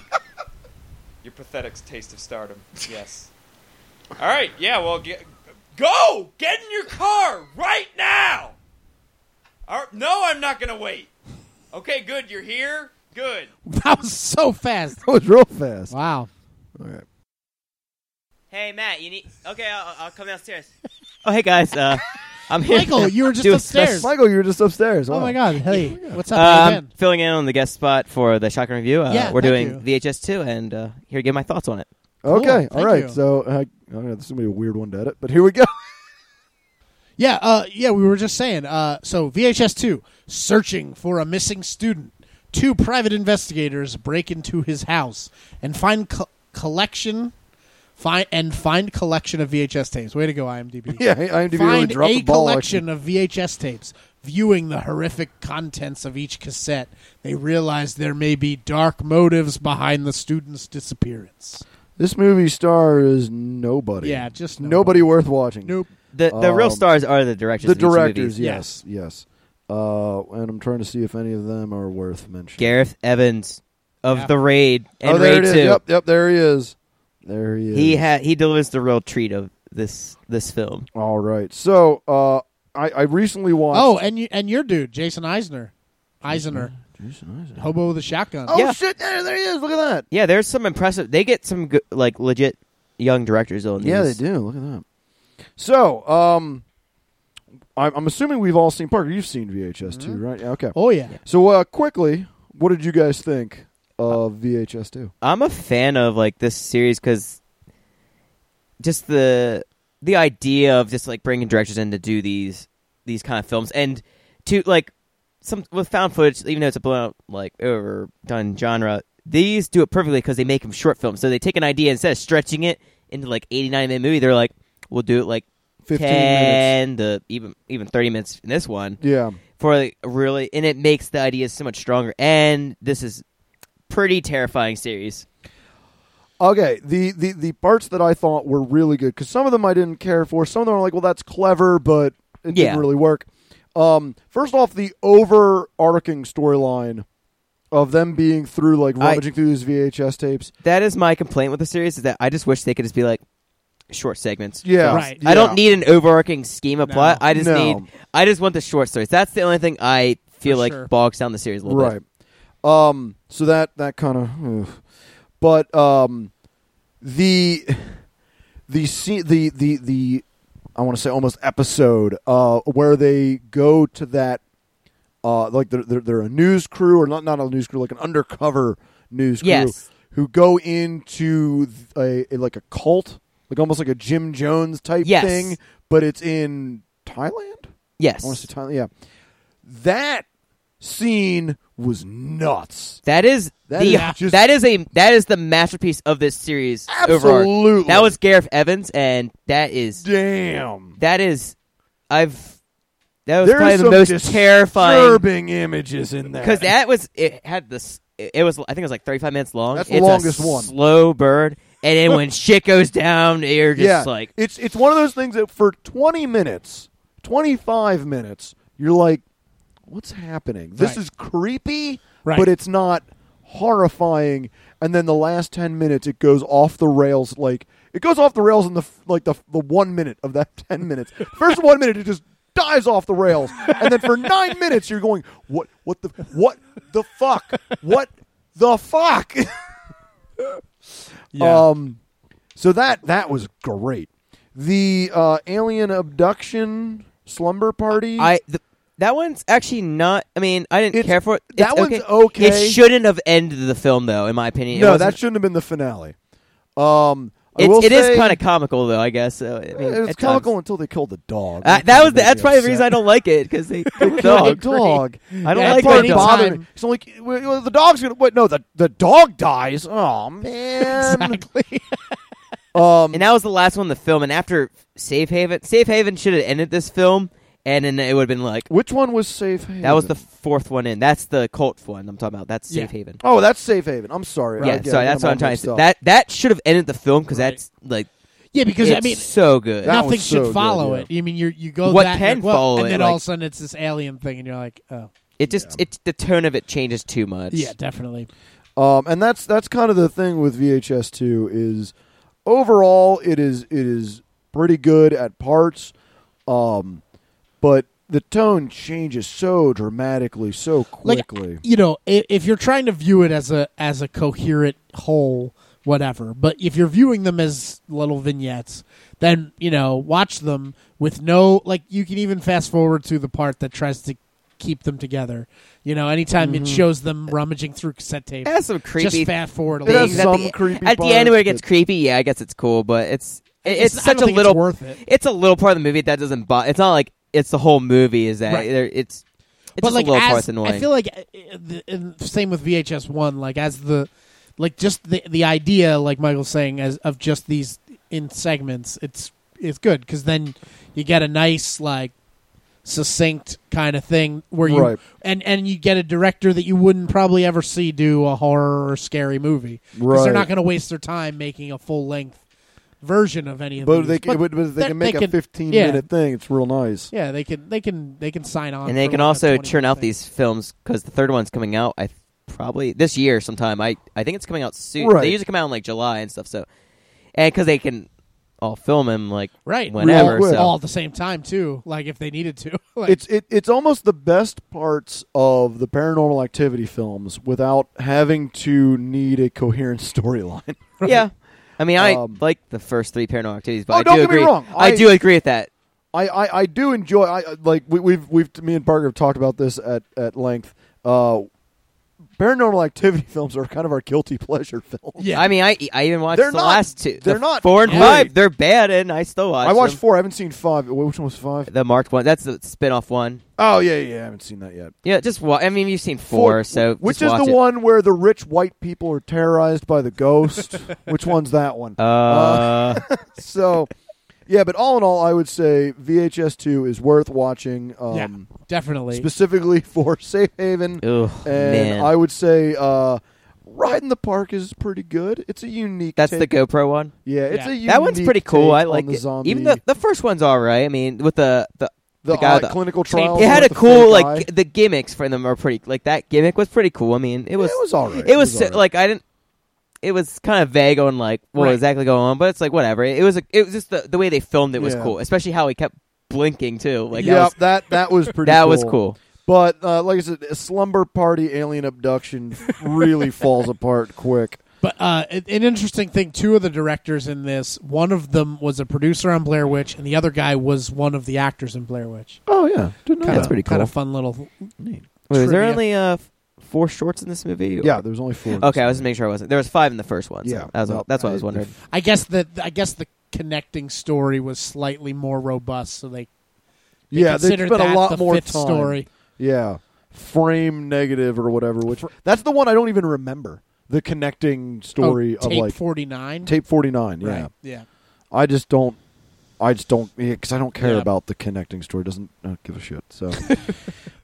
Speaker 2: Your pathetic taste of stardom. Yes. All right. Yeah. Well, get, go get in your car right now. All right, no, I'm not gonna wait. Okay. Good. You're here. Good.
Speaker 1: That was so fast.
Speaker 3: That was real fast.
Speaker 1: Wow.
Speaker 3: All right.
Speaker 6: Hey Matt, you need. Okay, I'll, I'll come downstairs. Oh hey guys, uh, I'm here.
Speaker 1: Michael, you were just
Speaker 6: Doing
Speaker 1: upstairs.
Speaker 3: Michael, you were just upstairs.
Speaker 1: Oh
Speaker 3: Wow.
Speaker 1: my God! Hey, what's up? How you
Speaker 6: Um,
Speaker 1: been?
Speaker 6: filling in on the guest spot for the Shotgun Review. Uh,
Speaker 1: Yeah,
Speaker 6: we're
Speaker 1: thank
Speaker 6: doing VHS two, and uh, here to give my thoughts on it.
Speaker 3: Okay.
Speaker 1: Cool.
Speaker 3: All
Speaker 1: Thank
Speaker 3: right.
Speaker 1: you.
Speaker 3: So uh, I don't know, this is gonna be a weird one to edit, but here we go.
Speaker 1: Yeah, uh, yeah, we were just saying. Uh, so VHS two, searching for a missing student. Two private investigators break into his house and find co- collection, find and find collection of VHS tapes. Way to go, IMDb.
Speaker 3: yeah. IMDb really
Speaker 1: find
Speaker 3: dropped
Speaker 1: a
Speaker 3: the ball.
Speaker 1: collection of VHS tapes. Viewing the horrific contents of each cassette, they realize there may be dark motives behind the student's disappearance.
Speaker 3: This movie star is nobody.
Speaker 1: Yeah, just
Speaker 3: nobody worth watching.
Speaker 1: Nope.
Speaker 6: The the real
Speaker 3: Um,
Speaker 6: stars are the directors.
Speaker 3: The
Speaker 6: of each movie.
Speaker 3: directors. Yes. Yes. Uh, and I'm trying to see if any of them are worth mentioning.
Speaker 6: Gareth Evans of
Speaker 1: Yeah.
Speaker 6: the Raid and
Speaker 3: oh, there
Speaker 6: Raid
Speaker 3: it is.
Speaker 6: two.
Speaker 3: Yep. Yep. There he is. There he is.
Speaker 6: He ha- he delivers the real treat of this this film.
Speaker 3: All right. So uh, I, I recently watched.
Speaker 1: Oh, and you, and your dude, Jason Eisner, Eisner, hobo with a shotgun.
Speaker 3: Oh,
Speaker 6: Yeah.
Speaker 3: shit! There, there he is. Look at that.
Speaker 6: Yeah, there's some impressive. They get some good, like legit young directors on these.
Speaker 3: Yeah, they do. Look at that. So um, I'm, I'm assuming we've all seen Parker. You've seen VHS too,
Speaker 6: Mm-hmm.
Speaker 3: right? Yeah, Okay.
Speaker 1: Oh yeah.
Speaker 3: So uh, quickly, what did you guys think of VHS two?
Speaker 6: I'm a fan of like this series because just the the idea of just like bringing directors in to do these these kind of films and to like some with found footage, even though it's a blown out like overdone genre, these do it perfectly because they make them short films. So they take an idea instead of stretching it into like 89 minute movie, they're like, we'll do it like
Speaker 3: 15
Speaker 6: 10 to even even 30 minutes in this one
Speaker 3: Yeah.
Speaker 6: for like, really, and it makes the idea so much stronger. And this is pretty terrifying series.
Speaker 3: Okay, the, the, the parts that I thought were really good because some of them I didn't care for. Some of them are like, well, that's clever, but it
Speaker 6: Yeah.
Speaker 3: didn't really work. Um, first off, the overarching storyline of them being through like
Speaker 6: I-
Speaker 3: rummaging through these VHS tapes.
Speaker 6: That is my complaint with the series is that I just wish they could just be like short segments.
Speaker 3: Yeah,
Speaker 1: Right.
Speaker 3: yeah.
Speaker 6: I don't need an overarching scheme of plot. I just
Speaker 3: No.
Speaker 6: need I just want the short stories. That's the only thing I feel
Speaker 1: For
Speaker 6: like
Speaker 1: sure.
Speaker 6: bogs down the series a little
Speaker 3: right.
Speaker 6: bit.
Speaker 3: Um, so that that kind of, but um, the the scene the the the I want to say almost episode uh where they go to that uh like they're they're, they're a news crew or not not a news crew like an undercover news crew
Speaker 6: Yes.
Speaker 3: who go into th- a, a like a cult like almost like a Jim Jones type
Speaker 6: Yes.
Speaker 3: thing but it's in Thailand I want to
Speaker 6: Yes.
Speaker 3: say Thailand yeah that scene was nuts.
Speaker 6: That is
Speaker 3: That
Speaker 6: the
Speaker 3: is just-
Speaker 6: that is a that is the masterpiece of this series. Overall.
Speaker 3: Absolutely.
Speaker 6: That was Gareth Evans and that is
Speaker 3: damn.
Speaker 6: that is I've that was
Speaker 3: There
Speaker 6: probably
Speaker 3: are
Speaker 6: the
Speaker 3: some
Speaker 6: most terrifying
Speaker 3: disturbing images in there.
Speaker 6: because that was it had this it was I think it was like 35 minutes long.
Speaker 3: That's the
Speaker 6: It's a
Speaker 3: longest one.
Speaker 6: Slow bird, and then when shit goes down, you're just
Speaker 3: yeah,
Speaker 6: like,
Speaker 3: it's it's one of those things that for twenty minutes, twenty five minutes, you're like, what's happening? This
Speaker 1: Right.
Speaker 3: is creepy,
Speaker 1: Right.
Speaker 3: but it's not horrifying. And then the last ten minutes, it goes off the rails. Like It goes off the rails in the f- like the the one minute of that ten minutes. First one minute, it just dives off the rails, and then for nine minutes, you're going, what, what the, what the fuck, what the fuck.
Speaker 2: Oh.
Speaker 1: Yeah.
Speaker 3: Um, so that that was great. The uh, alien abduction slumber party.
Speaker 6: I the, that one's actually not. I mean, I didn't
Speaker 3: It's-
Speaker 6: care for it.
Speaker 3: that
Speaker 6: It's
Speaker 3: one's okay.
Speaker 6: It shouldn't have ended the film, though, in my opinion. It
Speaker 3: no,
Speaker 6: wasn't-
Speaker 3: that shouldn't have been the finale. Um, I will
Speaker 6: It's, it is
Speaker 3: say-
Speaker 6: kind of comical, though. I guess. So, I mean,
Speaker 3: It's
Speaker 6: at times.
Speaker 3: comical until they killed the dog.
Speaker 6: Uh, that was that's probably the reason I don't like it because they
Speaker 3: Killed
Speaker 6: killed
Speaker 3: the
Speaker 6: dog.
Speaker 3: dog.
Speaker 6: I don't
Speaker 1: Yeah,
Speaker 6: like
Speaker 1: but
Speaker 6: that
Speaker 3: Part
Speaker 1: any
Speaker 6: dog.
Speaker 3: bothered
Speaker 1: time-
Speaker 3: me. So like, w- w- the dog's gonna. Wait, no, the the dog dies. Oh man.
Speaker 1: exactly.
Speaker 3: Um,
Speaker 6: And that was the last one in the film. And after Safe Haven, Safe Haven should have ended this film, and then it would have been like
Speaker 3: which one was safe? Haven?
Speaker 6: that was the fourth one in. That's the cult one I'm talking about. That's Safe
Speaker 1: Yeah.
Speaker 6: Haven.
Speaker 3: Oh, that's safe haven. I'm sorry. I
Speaker 6: Yeah,
Speaker 3: get
Speaker 6: sorry.
Speaker 3: them
Speaker 6: That's what
Speaker 3: all
Speaker 6: I'm trying to
Speaker 3: mixed
Speaker 6: say.
Speaker 3: up.
Speaker 6: That that should have ended the film because
Speaker 1: Right.
Speaker 6: that's like
Speaker 1: Yeah, because
Speaker 6: it's
Speaker 1: I mean,
Speaker 6: so good.
Speaker 3: That
Speaker 1: nothing
Speaker 3: one's so
Speaker 1: should
Speaker 3: good,
Speaker 1: follow
Speaker 3: yeah.
Speaker 1: it. You mean you you go
Speaker 6: What
Speaker 1: that and
Speaker 6: can
Speaker 1: you're like, well,
Speaker 6: follow
Speaker 1: and
Speaker 6: it,
Speaker 1: then
Speaker 6: like-
Speaker 1: all of a sudden it's this alien thing, and you're like, oh
Speaker 6: It just it the tone of it changes too much.
Speaker 1: yeah, definitely.
Speaker 3: Um, and that's that's kind of the thing with VHS two is overall it is it is pretty good at parts, um, but the tone changes so dramatically, so
Speaker 1: Like,
Speaker 3: quickly.
Speaker 1: you know, if, if you're trying to view it as a as a coherent whole, whatever. But if you're viewing them as little vignettes, then you know, watch them with no like. You can even fast forward to the part that tries to keep them together. You know, anytime it shows them rummaging through cassette tape,
Speaker 6: It has some Eh, creepy
Speaker 1: just fast forward a
Speaker 3: It
Speaker 1: little.
Speaker 3: has
Speaker 6: things
Speaker 1: bit.
Speaker 3: some
Speaker 6: at the,
Speaker 3: creepy
Speaker 6: at the end
Speaker 3: parts,
Speaker 6: where it gets
Speaker 3: but-
Speaker 6: creepy. Yeah, I guess it's cool, but it's it, it's,
Speaker 1: I
Speaker 6: such
Speaker 1: don't
Speaker 6: a
Speaker 1: think it's
Speaker 6: little
Speaker 1: worth it.
Speaker 6: It's a little part of the movie that doesn't. Bo- it's not like it's the whole movie. Is that
Speaker 1: Right.
Speaker 6: there, it's it's
Speaker 1: but
Speaker 6: just
Speaker 1: like
Speaker 6: a little
Speaker 1: as,
Speaker 6: part that's annoying.
Speaker 1: I feel like uh, the, and same with VHS one. Like as the like just the the idea, like Michael's saying, as of just these in segments, it's it's good because then you get a nice like succinct kind of thing where you
Speaker 3: Right.
Speaker 1: and and you get a director that you wouldn't probably ever see do a horror or scary movie because
Speaker 3: Right.
Speaker 1: they're not going to waste their time making a full length version of any of
Speaker 3: but
Speaker 1: these.
Speaker 3: they can, but, but they can make a 15
Speaker 1: yeah.
Speaker 3: minute thing. It's real nice.
Speaker 1: yeah, they can they can they can sign on
Speaker 6: and they
Speaker 1: for
Speaker 6: can
Speaker 1: like a
Speaker 6: also
Speaker 1: 20
Speaker 6: churn
Speaker 1: minute
Speaker 6: out
Speaker 1: thing.
Speaker 6: these films because the third one's coming out. I th- probably this year sometime. I I think it's coming out soon.
Speaker 3: Right.
Speaker 6: They usually come out in like July and stuff. So and because they can all film them like
Speaker 1: right
Speaker 6: whenever.
Speaker 3: quick.
Speaker 6: so.
Speaker 1: all at the same time too like if they needed to like,
Speaker 3: It's it, it's almost the best parts of the paranormal activity films without having to need a coherent storyline.
Speaker 6: Yeah. I mean, I
Speaker 3: Um,
Speaker 6: like the first three Paranormal Activities, but
Speaker 3: Oh,
Speaker 6: I
Speaker 3: don't
Speaker 6: do
Speaker 3: get me
Speaker 6: agree.
Speaker 3: wrong.
Speaker 6: I,
Speaker 3: I-
Speaker 6: do agree with that.
Speaker 3: I, I, I do enjoy I I- like we, we've we've me and Parker have talked about this at at length. Uh, paranormal activity films are kind of our guilty pleasure films.
Speaker 1: yeah
Speaker 6: I mean, I I even watched
Speaker 3: They're
Speaker 6: the
Speaker 3: not-
Speaker 6: last two.
Speaker 3: they're
Speaker 6: the
Speaker 3: not
Speaker 6: four and
Speaker 3: great.
Speaker 6: five. They're bad, and I still watch.
Speaker 3: I watched
Speaker 6: them.
Speaker 3: four. I haven't seen five. Wait, Which one was five?
Speaker 6: the marked one. That's the spin-off one.
Speaker 3: Oh yeah yeah. I haven't seen that yet.
Speaker 6: Yeah, just wa- I mean, you've seen four, so
Speaker 3: which
Speaker 6: just
Speaker 3: is
Speaker 6: watch
Speaker 3: the
Speaker 6: it.
Speaker 3: one where the rich white people are terrorized by the ghost? which one's that one?
Speaker 6: Uh,
Speaker 3: so yeah but all in all i would say vhs2 is worth watching
Speaker 1: yeah
Speaker 3: um,
Speaker 1: definitely
Speaker 3: specifically for safe haven
Speaker 6: ugh,
Speaker 3: Uh, and
Speaker 6: man,
Speaker 3: i would say uh, ride in the park is pretty good it's a unique
Speaker 6: that's
Speaker 3: take-
Speaker 6: the GoPro one.
Speaker 3: yeah it's
Speaker 1: Yeah.
Speaker 3: a unique
Speaker 6: That one's pretty cool.
Speaker 3: take
Speaker 6: I
Speaker 3: on
Speaker 6: like
Speaker 3: the
Speaker 6: it.
Speaker 3: zombie
Speaker 6: Even the the first one's all right. I mean, with the the
Speaker 3: the,
Speaker 6: guy
Speaker 3: uh,
Speaker 6: with the-
Speaker 3: clinical trial
Speaker 6: it had a cool like g- the gimmicks for them are pretty like that gimmick was pretty cool. I mean, it was
Speaker 3: it was all right
Speaker 6: it was so-
Speaker 3: all right.
Speaker 6: like I didn't. It was kind of vague on like what
Speaker 1: Right.
Speaker 6: was exactly going on, but it's like whatever. It, it was a, it was just the, the way they filmed it was
Speaker 3: Yeah.
Speaker 6: cool, especially how he kept blinking too. Like
Speaker 3: yeah
Speaker 6: that was
Speaker 3: that that was pretty
Speaker 6: that
Speaker 3: cool.
Speaker 6: was cool.
Speaker 3: but uh, like i said a slumber party alien abduction really falls apart quick
Speaker 1: but uh an an interesting thing two of the directors in this one of them was a producer on blair witch and the other guy was one of the actors in blair witch
Speaker 3: oh yeah didn't know
Speaker 1: Kinda-
Speaker 6: That's pretty
Speaker 1: kind
Speaker 6: cool.
Speaker 1: of fun little
Speaker 6: Wait, was there
Speaker 1: Trivia.
Speaker 6: only uh f- four shorts in this movie?
Speaker 3: yeah there was only four
Speaker 6: Okay, I was just making sure I wasn't. There was five in the first one. So
Speaker 3: Yeah.
Speaker 6: that was,
Speaker 3: Nope.
Speaker 6: that's what I was
Speaker 3: I-
Speaker 6: wondering.
Speaker 1: i guess that i guess the connecting story was slightly more robust so they
Speaker 3: Yeah, there's
Speaker 1: considered
Speaker 3: been a
Speaker 1: that
Speaker 3: lot
Speaker 1: the
Speaker 3: more
Speaker 1: fifth
Speaker 3: time.
Speaker 1: story
Speaker 3: Yeah, frame negative or whatever. Which that's the one I don't even remember. The connecting story
Speaker 1: oh,
Speaker 3: of
Speaker 1: tape
Speaker 3: like
Speaker 1: 49
Speaker 3: tape forty nine. Yeah,
Speaker 1: right yeah
Speaker 3: I just don't. I just don't because I don't care
Speaker 1: Yeah.
Speaker 3: about the connecting story. Doesn't I don't give a shit. So,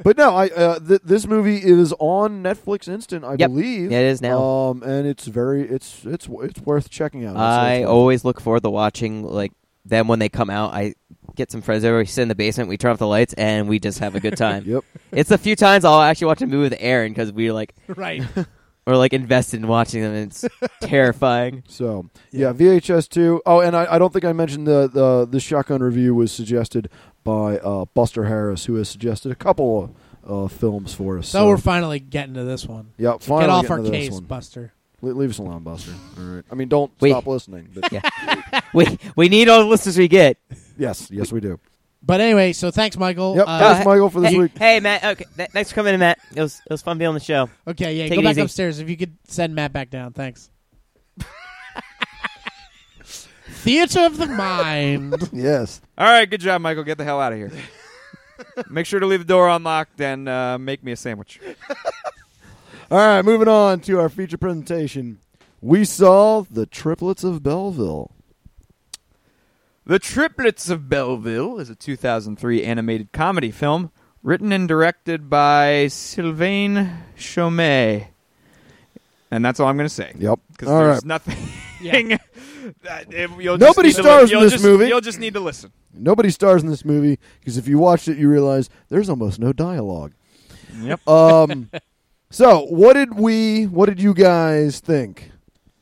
Speaker 3: but no, I uh, th- this movie is on Netflix Instant, I
Speaker 6: Yep.
Speaker 3: believe.
Speaker 6: Yeah, it is now.
Speaker 3: Um, and it's very it's it's it's worth checking
Speaker 1: Oh,
Speaker 3: out.
Speaker 6: I
Speaker 3: It's-
Speaker 6: always look forward to watching like them when they come out. I get some friends over, we sit in the basement, we turn off the lights, and we just have a good time.
Speaker 3: Yep.
Speaker 6: It's a few times I'll actually watch a movie with Aaron because we like
Speaker 1: right
Speaker 6: or like invested in watching them. And it's terrifying.
Speaker 3: So yeah, VHS two. Oh, and I, I don't think I mentioned the, the the shotgun review was suggested by uh, Buster Harris, who has suggested a couple of uh, films for us.
Speaker 1: So, we're finally getting to this one.
Speaker 3: yeah, finally
Speaker 1: Get off
Speaker 3: getting
Speaker 1: our
Speaker 3: to this
Speaker 1: case,
Speaker 3: one.
Speaker 1: Buster.
Speaker 3: Le- leave us alone, Buster. All right. I mean, don't
Speaker 6: Wait.
Speaker 3: stop listening. But
Speaker 6: Yeah. we we need all the listeners we get.
Speaker 3: yes, yes, we do.
Speaker 1: But anyway, so thanks, Michael.
Speaker 3: Yep.
Speaker 1: Uh,
Speaker 3: Thanks, Michael, for this
Speaker 6: hey,
Speaker 3: week.
Speaker 6: Hey Matt, okay, th- thanks for coming in, Matt. It was it was fun being on the show.
Speaker 1: okay, yeah,
Speaker 6: Take
Speaker 1: go
Speaker 6: it
Speaker 1: back
Speaker 6: easy.
Speaker 1: upstairs if you could send Matt back down. Thanks. Theater of the mind.
Speaker 3: Yes.
Speaker 2: All right, good job, Michael. Get the hell out of here. Make sure to leave the door unlocked and uh, make me a sandwich.
Speaker 3: All right, moving on to our feature presentation. We saw the triplets of Belleville.
Speaker 2: The Triplets of Belleville is a 2003 animated comedy film written and directed by Sylvain Chomet. And that's all I'm going to say.
Speaker 3: Yep.
Speaker 2: Because
Speaker 3: All
Speaker 2: there's
Speaker 3: right.
Speaker 2: nothing.
Speaker 1: Yeah.
Speaker 2: that- if- you'll just
Speaker 3: Nobody
Speaker 2: need to
Speaker 3: stars
Speaker 2: li-
Speaker 3: in
Speaker 2: you'll
Speaker 3: this
Speaker 2: just-
Speaker 3: movie.
Speaker 2: You'll just need to listen.
Speaker 3: Nobody stars in this movie because if you watched it, you realize there's almost no dialogue.
Speaker 2: Yep.
Speaker 3: Um, so what did we? What did you guys think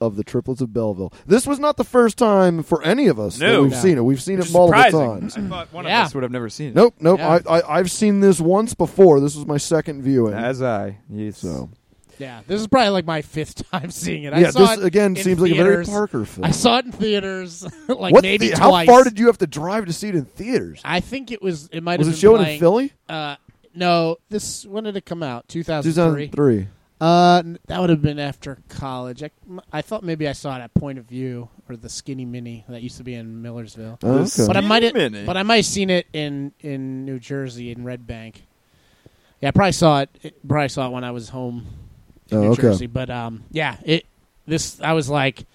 Speaker 3: of the triplets of Belleville? This was not the first time for any of us that
Speaker 2: No.
Speaker 3: we've
Speaker 1: No.
Speaker 3: seen it. We've seen
Speaker 2: Which
Speaker 3: it
Speaker 2: is
Speaker 3: multiple
Speaker 2: surprising.
Speaker 3: times.
Speaker 2: I thought one
Speaker 1: Yeah.
Speaker 2: of us would have never seen it.
Speaker 3: Nope, nope.
Speaker 1: Yeah.
Speaker 3: I, I I've seen this once before. This was my second viewing.
Speaker 2: As I. Yes.
Speaker 3: so
Speaker 1: yeah, this is probably like my fifth time seeing it. I
Speaker 3: yeah,
Speaker 1: saw
Speaker 3: this
Speaker 1: it
Speaker 3: again
Speaker 1: in
Speaker 3: seems like a very
Speaker 1: theaters.
Speaker 3: Parker film.
Speaker 1: I saw it in theaters, like
Speaker 3: what
Speaker 1: maybe
Speaker 3: the-
Speaker 1: twice.
Speaker 3: How far did you have to drive to see it in theaters?
Speaker 1: I think it was? It might
Speaker 3: Was
Speaker 1: have
Speaker 3: it
Speaker 1: been
Speaker 3: showing in
Speaker 1: playing-
Speaker 3: Philly?
Speaker 1: Uh, no, this when did it come out? Two thousand three.
Speaker 3: 2003.
Speaker 1: Uh, n- that would have been after college. I, m- I thought maybe I saw it at Point of View or the Skinny Mini that used to be in Millersville.
Speaker 3: Oh, okay.
Speaker 1: but I
Speaker 2: Skinny
Speaker 1: might
Speaker 2: Mini.
Speaker 1: have, but I might have seen it in in New Jersey in Red Bank. Yeah, I probably saw it. it- Probably saw it when I was home in
Speaker 3: Oh,
Speaker 1: New
Speaker 3: okay.
Speaker 1: Jersey. But um, yeah, it this I was like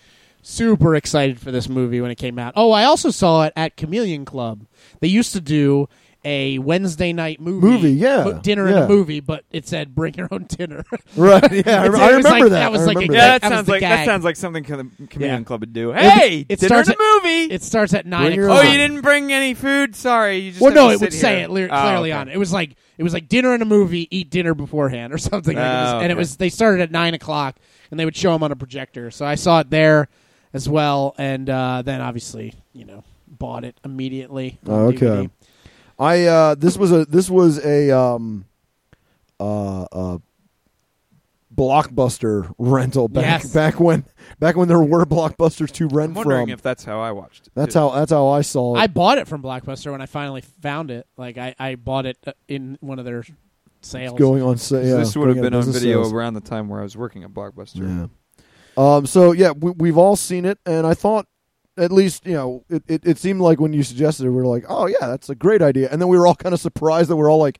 Speaker 1: super excited for this movie when it came out. Oh, I also saw it at Chameleon Club. They used to do a Wednesday night movie,
Speaker 3: Movie, yeah,
Speaker 1: mo- dinner and
Speaker 3: yeah.
Speaker 1: a movie, but it said bring your own dinner.
Speaker 3: Right. Yeah, I,
Speaker 1: It's-
Speaker 3: rem-
Speaker 1: it
Speaker 3: I
Speaker 1: was
Speaker 3: remember
Speaker 1: like-
Speaker 3: that.
Speaker 1: that was
Speaker 3: I
Speaker 1: like a
Speaker 3: remember
Speaker 1: gag.
Speaker 2: Yeah, that,
Speaker 1: That was
Speaker 2: sounds
Speaker 1: the
Speaker 2: like that
Speaker 1: gag.
Speaker 2: sounds like something com- comedian
Speaker 1: Yeah.
Speaker 2: club would do.
Speaker 1: It-
Speaker 2: Hey,
Speaker 1: it
Speaker 2: dinner
Speaker 1: starts
Speaker 2: and a movie.
Speaker 1: It starts at nine.
Speaker 3: Bring your
Speaker 1: o'clock.
Speaker 2: oh, you didn't bring any food. Sorry, you just.
Speaker 1: Well,
Speaker 2: have
Speaker 1: no,
Speaker 2: to
Speaker 1: it
Speaker 2: sit
Speaker 1: would say
Speaker 2: here.
Speaker 1: it ly-
Speaker 2: Oh,
Speaker 1: clearly
Speaker 2: okay.
Speaker 1: on it. It was like it was like dinner and a movie. Eat dinner beforehand or something. Like it was,
Speaker 2: Oh,
Speaker 1: And it
Speaker 2: okay.
Speaker 1: was they started at nine o'clock and they would show them on a projector. So I saw it there as well, and uh, then obviously you know bought it immediately. on
Speaker 3: Oh, okay.
Speaker 1: DVD.
Speaker 3: I uh, this was a this was a um uh, uh blockbuster rental back
Speaker 1: Yes.
Speaker 3: back when back when there were blockbusters to
Speaker 2: I'm
Speaker 3: rent
Speaker 2: wondering
Speaker 3: from.
Speaker 2: if that's how I watched. It
Speaker 3: that's
Speaker 2: too.
Speaker 3: how that's how I saw it.
Speaker 1: I bought it from Blockbuster when I finally found it. Like I, I bought it uh, in one of their sales.
Speaker 3: going on sale. Yeah,
Speaker 2: this would have
Speaker 3: going
Speaker 2: been
Speaker 3: out
Speaker 2: on
Speaker 3: of business
Speaker 2: video
Speaker 3: sales.
Speaker 2: around the time where I was working at Blockbuster.
Speaker 3: Yeah. Um. So yeah, we, we've all seen it, and I thought. At least you know it, it. It seemed like when you suggested it, we were like, "Oh yeah, that's a great idea," and then we were all kind of surprised that we're all like,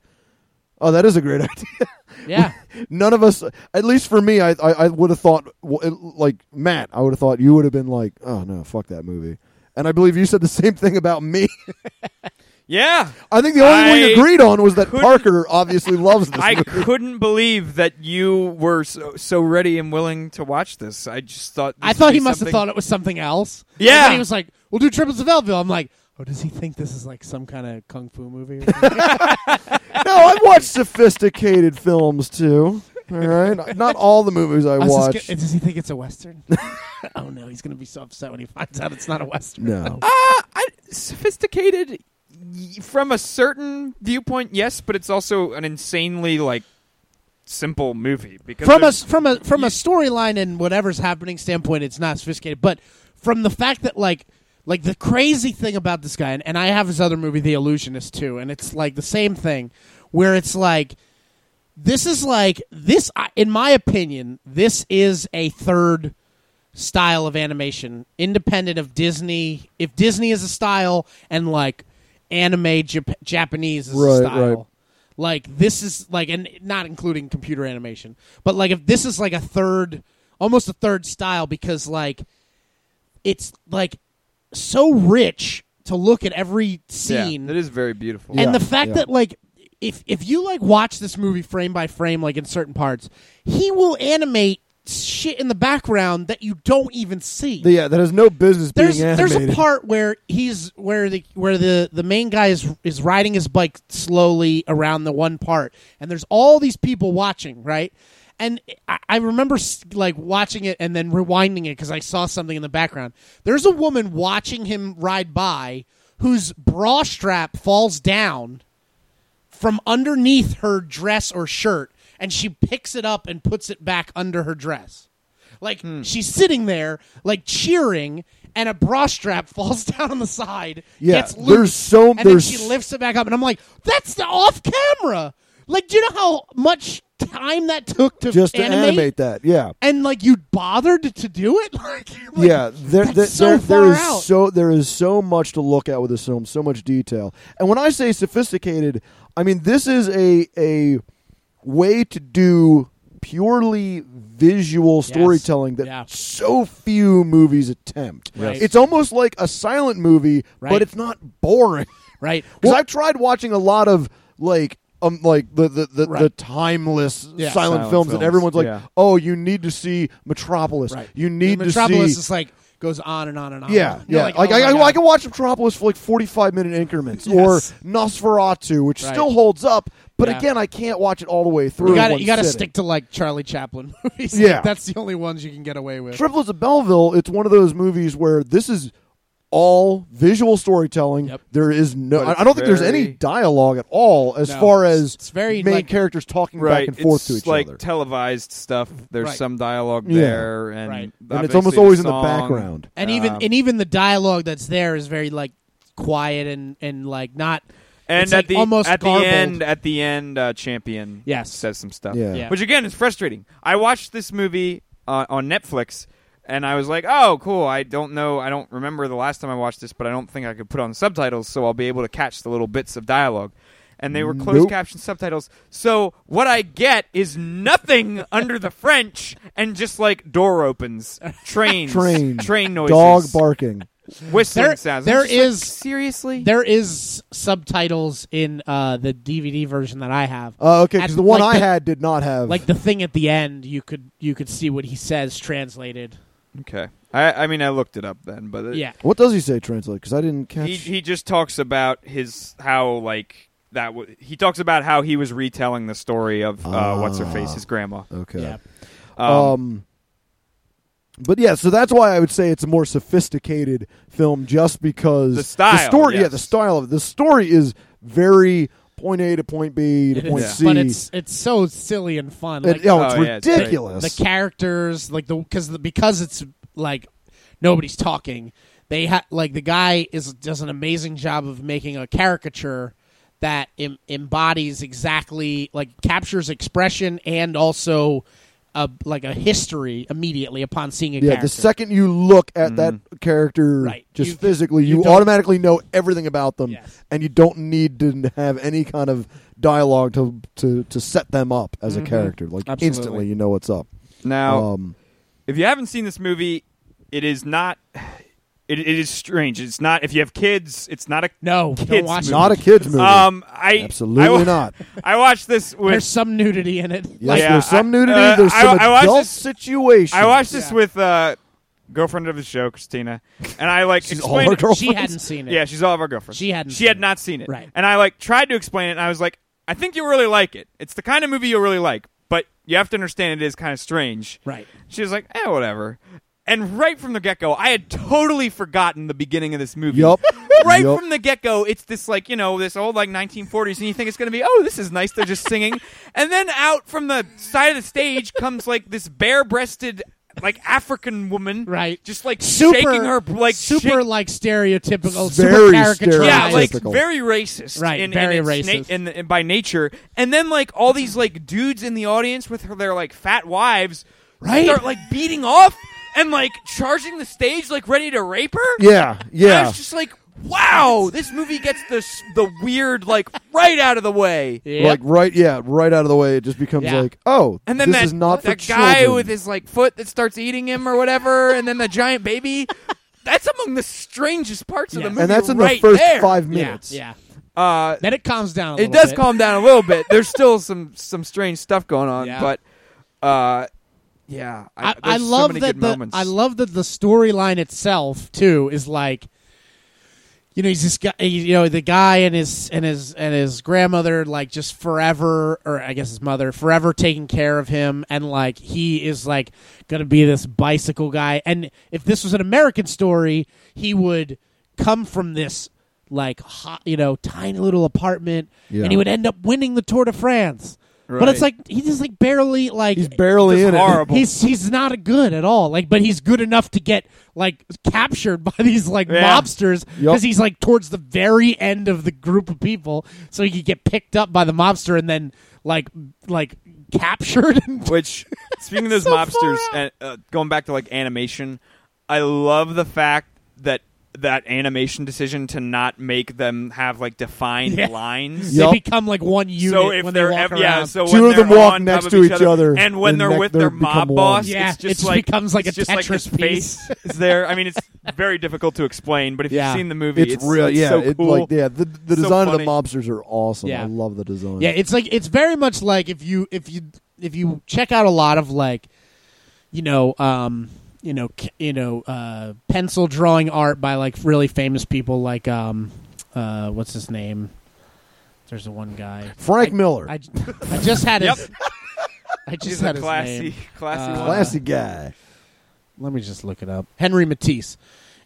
Speaker 3: "Oh, that is a great idea."
Speaker 1: yeah,
Speaker 3: none of us at least for me i i, I would have thought w- it- like matt i would have thought you would have been like oh no fuck that movie and i believe you said the same thing about me
Speaker 2: Yeah,
Speaker 3: i think the only thing we
Speaker 2: I
Speaker 3: agreed on was that
Speaker 2: couldn't-
Speaker 3: parker obviously loves this
Speaker 2: I
Speaker 3: movie
Speaker 2: couldn't believe that you were so, so ready and willing to watch this. I just thought.
Speaker 1: I thought he must have thought it was something else. I
Speaker 2: Yeah.
Speaker 1: thought he was like, "We'll do Triples of Elville." I'm like, "Oh, does he think this is like some kind of kung fu movie?" Or something?
Speaker 3: no i've watched sophisticated films too all right not all the movies i,
Speaker 1: I was just
Speaker 3: watch
Speaker 1: gonna- does he think it's a western? oh no, he's gonna be so upset when he finds out it's not a western.
Speaker 3: no
Speaker 2: I, sophisticated y- from a certain viewpoint, yes, but it's also an insanely like simple movie because
Speaker 1: From a
Speaker 2: there's-
Speaker 1: from a from a storyline and whatever's happening standpoint, it's not sophisticated. But from the fact that like like the crazy thing about this guy, and, and I have his other movie, The Illusionist, too, and it's like the same thing, where it's like this is like this. I- In my opinion, this is a third style of animation, independent of Disney. If Disney is a style and like anime Jap- Japanese is
Speaker 3: Right,
Speaker 1: a style,
Speaker 3: right.
Speaker 1: like this is like, and not including computer animation, but like if this is like a third, almost a third style because like it's like so rich to look at every scene
Speaker 2: Yeah, it is very beautiful.
Speaker 1: and the fact
Speaker 3: yeah.
Speaker 1: that like if if you like watch this movie frame by frame like in certain parts he will animate shit in the background that you don't even see
Speaker 3: yeah that has no business
Speaker 1: there's
Speaker 3: being
Speaker 1: there's
Speaker 3: animated
Speaker 1: a part where he's where the where the the main guy is is riding his bike slowly around the one part and there's all these people watching right and I, I remember s- like watching it and then rewinding it because I saw something in the background. There's a woman watching him ride by whose bra strap falls down from underneath her dress or shirt, and she picks it up and puts it back under her dress. Like
Speaker 3: Hmm.
Speaker 1: she's sitting there, like cheering, and a bra strap falls down on the side.
Speaker 3: Yeah,
Speaker 1: gets
Speaker 3: there's
Speaker 1: loose,
Speaker 3: so-
Speaker 1: and
Speaker 3: there's-
Speaker 1: then she lifts it back up, and I'm like, that's the off camera. Like, do you know how much time that took to
Speaker 3: just to
Speaker 1: animate?
Speaker 3: animate, that. Yeah.
Speaker 1: And like you bothered to do it, like, like,
Speaker 3: yeah, there,
Speaker 1: that's
Speaker 3: there,
Speaker 1: so
Speaker 3: there-
Speaker 1: far
Speaker 3: there is
Speaker 1: out.
Speaker 3: so there is so much to look at with this film, so much detail. And when I say sophisticated, I mean this is a a way to do purely visual storytelling that
Speaker 1: Yeah.
Speaker 3: so few movies attempt.
Speaker 1: Right.
Speaker 3: It's almost like a silent movie,
Speaker 1: Right.
Speaker 3: but it's not boring.
Speaker 1: right?
Speaker 3: Because I've tried watching a lot of like um like the the, the, the
Speaker 1: Right.
Speaker 3: timeless
Speaker 1: Yeah.
Speaker 3: silent,
Speaker 2: Silent
Speaker 3: films,
Speaker 2: films,
Speaker 3: that everyone's like,
Speaker 2: yeah.
Speaker 3: oh, you need to see Metropolis.
Speaker 1: Right.
Speaker 3: You need
Speaker 1: and
Speaker 3: to
Speaker 1: Metropolis
Speaker 3: see.
Speaker 1: is like goes on and on and on.
Speaker 3: yeah,
Speaker 1: You're
Speaker 3: yeah.
Speaker 1: Like,
Speaker 3: Like,
Speaker 1: oh
Speaker 3: I,
Speaker 1: my
Speaker 3: I, I
Speaker 1: God.
Speaker 3: can watch Metropolis for like forty-five minute increments,
Speaker 1: Yes.
Speaker 3: or Nosferatu, which
Speaker 1: Right.
Speaker 3: still holds up. But
Speaker 1: Yeah.
Speaker 3: again, I can't watch it all the way through.
Speaker 1: You
Speaker 3: in
Speaker 1: got
Speaker 3: one
Speaker 1: you got to
Speaker 3: sitting.
Speaker 1: stick to like Charlie Chaplin movies.
Speaker 3: Yeah.
Speaker 1: Like, that's the only ones you can get away with.
Speaker 3: Triplets of Belleville, it's one of those movies where this is all visual storytelling.
Speaker 1: Yep.
Speaker 3: There is no,
Speaker 2: But it's
Speaker 3: I I don't think there's any
Speaker 2: very-
Speaker 3: dialogue at all as
Speaker 1: No.
Speaker 3: far as
Speaker 1: It's very,
Speaker 3: main
Speaker 1: like-
Speaker 3: characters talking
Speaker 2: right.
Speaker 3: back and forth
Speaker 2: it's
Speaker 3: to each
Speaker 2: like
Speaker 3: other.
Speaker 2: televised stuff. There's
Speaker 1: Right.
Speaker 2: some dialogue
Speaker 3: Yeah.
Speaker 2: there, and,
Speaker 1: Right.
Speaker 3: and it's
Speaker 2: obviously
Speaker 3: almost always in
Speaker 2: song.
Speaker 3: the background.
Speaker 1: and even
Speaker 2: Um,
Speaker 1: and even the dialogue that's there is very like quiet and and like not
Speaker 2: And
Speaker 1: it's,
Speaker 2: at
Speaker 1: like,
Speaker 2: the
Speaker 1: almost
Speaker 2: at
Speaker 1: garbled.
Speaker 2: the end, at the end, uh, Champion
Speaker 1: Yes.
Speaker 2: says some stuff.
Speaker 3: Yeah.
Speaker 1: Yeah.
Speaker 2: which again is frustrating. I watched this movie uh, on Netflix, and I was like, "Oh, cool! I don't know, I don't remember the last time I watched this, but I don't think I could put on subtitles, so I'll be able to catch the little bits of dialogue." And they were closed
Speaker 3: Nope.
Speaker 2: caption subtitles, so what I get is nothing under the French, and just like door opens, trains,
Speaker 3: Train,
Speaker 2: train noises,
Speaker 3: dog barking.
Speaker 2: whistling
Speaker 1: There-
Speaker 2: sounds.
Speaker 1: there
Speaker 2: I'm just like,
Speaker 1: is-
Speaker 2: seriously
Speaker 1: there is subtitles in uh the DVD version that I have.
Speaker 3: Uh, okay, because
Speaker 1: At-
Speaker 3: the one
Speaker 1: like
Speaker 3: I
Speaker 1: the-
Speaker 3: had did not have.
Speaker 1: like the thing at the end, you could you could see what he says translated.
Speaker 2: okay. I, I mean, I looked it up then, but it,
Speaker 1: Yeah,
Speaker 3: what does he say translate? Because I didn't catch.
Speaker 2: he he just talks about his how like that w- he talks about how he was retelling the story of uh,
Speaker 3: Ah.
Speaker 2: what's her face his grandma.
Speaker 3: okay.
Speaker 1: yeah,
Speaker 2: Um,
Speaker 3: Um, but yeah, so that's why I would say it's a more sophisticated film, just because
Speaker 2: The style,
Speaker 3: story, yeah,
Speaker 2: yes.
Speaker 3: the style of it. the story is very point A to point B to
Speaker 1: It
Speaker 3: point
Speaker 1: is,
Speaker 3: C.
Speaker 1: but it's it's so silly and fun.
Speaker 3: And-
Speaker 1: Like,
Speaker 3: oh, it's
Speaker 2: Oh, yeah, it's great.
Speaker 3: ridiculous.
Speaker 1: the characters like the because the, because it's like nobody's talking they ha- like the guy is does an amazing job of making a caricature that em- embodies exactly like captures expression and also a, like a history immediately upon seeing a
Speaker 3: yeah,
Speaker 1: character
Speaker 3: the second you look at
Speaker 2: Mm-hmm.
Speaker 3: that character,
Speaker 1: Right.
Speaker 3: just
Speaker 1: You-
Speaker 3: physically,
Speaker 1: you
Speaker 3: you,
Speaker 1: don't-
Speaker 3: automatically know everything about them,
Speaker 1: Yes.
Speaker 3: and you don't need to have any kind of dialogue to to, to set them up as a character. Like
Speaker 1: Mm-hmm. Absolutely.
Speaker 3: instantly, you know what's up.
Speaker 2: now,
Speaker 3: um,
Speaker 2: if you haven't seen this movie, it is not. It, it is strange. It's not. If you have kids, it's not a.
Speaker 1: no don't
Speaker 2: Kids
Speaker 1: watch it.
Speaker 3: not a kids movie.
Speaker 2: Um, I
Speaker 3: Absolutely
Speaker 2: I wa-
Speaker 3: not.
Speaker 2: I watched this
Speaker 1: there's
Speaker 2: with.
Speaker 1: some nudity in it
Speaker 3: Yes,
Speaker 2: Yeah,
Speaker 3: there's some
Speaker 2: I-
Speaker 3: nudity.
Speaker 2: uh,
Speaker 3: there's
Speaker 2: I-
Speaker 3: some
Speaker 2: I watched
Speaker 3: adult
Speaker 2: this-
Speaker 3: situation.
Speaker 2: I watched this
Speaker 1: Yeah.
Speaker 2: with uh, girlfriend of the show, Christina, and I like
Speaker 3: She's all
Speaker 2: explained.
Speaker 3: our girl-
Speaker 1: she hadn't seen it
Speaker 2: Yeah, she's all of our girlfriends.
Speaker 1: She hadn't
Speaker 2: She
Speaker 1: seen
Speaker 2: had
Speaker 1: it.
Speaker 2: not seen it.
Speaker 1: Right.
Speaker 2: And I like tried to explain it, and I was like, I think you'll really like it. It's the kind of movie you'll really like, but you have to understand it is kind of strange.
Speaker 1: Right.
Speaker 2: She was like, eh, whatever. And right from the get go, I had totally forgotten the beginning of this movie.
Speaker 3: Yup.
Speaker 2: right
Speaker 3: Yup.
Speaker 2: from the get go, it's this like you know this old like 1940s, and you think it's gonna be oh this is nice. They're just singing, and then out from the side of the stage comes like this bare breasted like African woman,
Speaker 1: Right.
Speaker 2: Just like
Speaker 1: super
Speaker 2: shaking her like
Speaker 1: super
Speaker 2: shake-
Speaker 1: like stereotypical super
Speaker 3: Very
Speaker 1: caricatured
Speaker 2: yeah,
Speaker 3: stereotypical.
Speaker 2: like
Speaker 3: Stereotypical.
Speaker 2: very racist,
Speaker 1: Right,
Speaker 2: In,
Speaker 1: very
Speaker 2: in its
Speaker 1: racist.
Speaker 2: na- in, in by nature, and then like all these like dudes in the audience with her, their like fat wives,
Speaker 1: Right.
Speaker 2: Start like beating off and like charging the stage, like ready to rape her.
Speaker 3: Yeah,
Speaker 2: I
Speaker 3: yeah.
Speaker 2: was just like, wow, this movie gets the s- the weird like right out of the way.
Speaker 1: Yep.
Speaker 3: Like right, yeah, right out of the way, it just becomes
Speaker 1: Yeah.
Speaker 3: like, oh,
Speaker 2: And then
Speaker 3: this
Speaker 2: that,
Speaker 3: is not for
Speaker 2: that guy
Speaker 3: children.
Speaker 2: with his like foot that starts eating him or whatever, and then the giant baby. That's among the strangest parts of
Speaker 1: Yeah.
Speaker 2: the movie.
Speaker 3: and that's in
Speaker 2: right
Speaker 3: the first
Speaker 2: there.
Speaker 3: five
Speaker 1: yeah
Speaker 3: minutes.
Speaker 1: yeah
Speaker 2: Uh,
Speaker 1: then it calms down a
Speaker 2: it
Speaker 1: little
Speaker 2: does
Speaker 1: bit.
Speaker 2: calm down a little bit. There's still some some strange stuff going on,
Speaker 1: Yeah.
Speaker 2: but uh, yeah, I,
Speaker 1: I, I
Speaker 2: there's so
Speaker 1: love
Speaker 2: many
Speaker 1: that
Speaker 2: good
Speaker 1: the
Speaker 2: moments.
Speaker 1: I love that the storyline itself too is like you know he's this guy you know the guy and his and his and his grandmother like just forever or i guess his mother forever taking care of him and like he is like gonna be this bicycle guy and if this was an american story he would come from this like hot you know tiny little apartment
Speaker 3: Yeah.
Speaker 1: and he would end up winning the tour de france but
Speaker 2: Right.
Speaker 1: it's like he's just like barely like
Speaker 3: He's barely
Speaker 2: Just
Speaker 3: in
Speaker 2: horrible.
Speaker 1: He's he's not good at all. Like, but he's good enough to get like captured by these like
Speaker 2: Yeah.
Speaker 1: mobsters
Speaker 3: Yup.
Speaker 1: because he's like towards the very end of the group of people, so he could get picked up by the mobster and then like like captured. And,
Speaker 2: Which, speaking of those
Speaker 1: So far
Speaker 2: mobsters,
Speaker 1: out.
Speaker 2: and uh, going back to like animation, I love the fact that that animation decision to not make them have like defined
Speaker 1: Yeah.
Speaker 2: lines.
Speaker 3: Yup.
Speaker 1: They become like one unit
Speaker 2: So if
Speaker 1: when they
Speaker 2: they're
Speaker 1: walk
Speaker 2: ev-
Speaker 1: around.
Speaker 2: yeah, so
Speaker 3: Two
Speaker 2: when
Speaker 3: of them
Speaker 2: they're
Speaker 3: walk
Speaker 2: on
Speaker 3: next
Speaker 2: top
Speaker 3: to
Speaker 2: of
Speaker 3: each other,
Speaker 2: and when
Speaker 3: and
Speaker 2: they're
Speaker 3: neck-
Speaker 2: with
Speaker 3: they
Speaker 2: their
Speaker 3: become
Speaker 2: mob
Speaker 3: one.
Speaker 2: boss,
Speaker 1: Yeah,
Speaker 2: it's just
Speaker 1: it just
Speaker 2: like
Speaker 1: becomes like
Speaker 2: it's
Speaker 1: a
Speaker 2: just like his
Speaker 1: Tetris piece.
Speaker 2: face is there. I mean, it's very difficult to explain, but if
Speaker 1: Yeah.
Speaker 2: you've seen the movie,
Speaker 3: It's,
Speaker 2: it's,
Speaker 3: real,
Speaker 2: it's
Speaker 3: yeah.
Speaker 2: so
Speaker 3: it,
Speaker 2: cool.
Speaker 3: like, yeah, the, the
Speaker 2: So
Speaker 3: design of the
Speaker 2: funny.
Speaker 3: mobsters are awesome.
Speaker 1: Yeah.
Speaker 3: I love the design.
Speaker 1: Yeah, it's like it's very much like if you if you if you check out a lot of like, you know, um, you know, c- you know, uh, pencil drawing art by like really famous people like um, uh, what's his name? There's the one guy.
Speaker 3: Frank Miller,
Speaker 1: I, j- I just had his.
Speaker 2: Yep.
Speaker 1: I just
Speaker 2: He's
Speaker 1: had
Speaker 2: a
Speaker 1: his
Speaker 2: classy,
Speaker 1: name.
Speaker 2: classy,
Speaker 1: Uh,
Speaker 2: one.
Speaker 3: classy guy.
Speaker 1: Let me just look it up. Henry Matisse.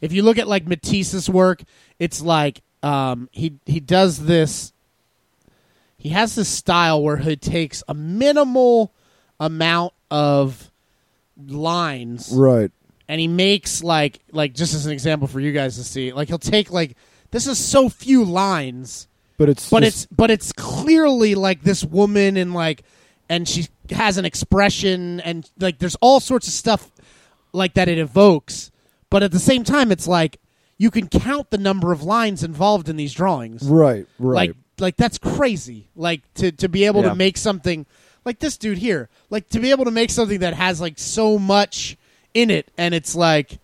Speaker 1: If you look at like Matisse's work, it's like um, he he does this. He has this style where he takes a minimal amount of lines
Speaker 3: Right.
Speaker 1: and he makes like like just as an example for you guys to see like he'll take like this is so few lines
Speaker 3: But it's
Speaker 1: but
Speaker 3: just-
Speaker 1: it's but it's clearly like this woman and like and she has an expression and like there's all sorts of stuff like that it evokes but at the same time it's like you can count the number of lines involved in these drawings
Speaker 3: right, right.
Speaker 1: like like that's crazy like to to be able
Speaker 2: Yeah.
Speaker 1: to make something like this dude here like to be able to make something that has like so much in it and it's like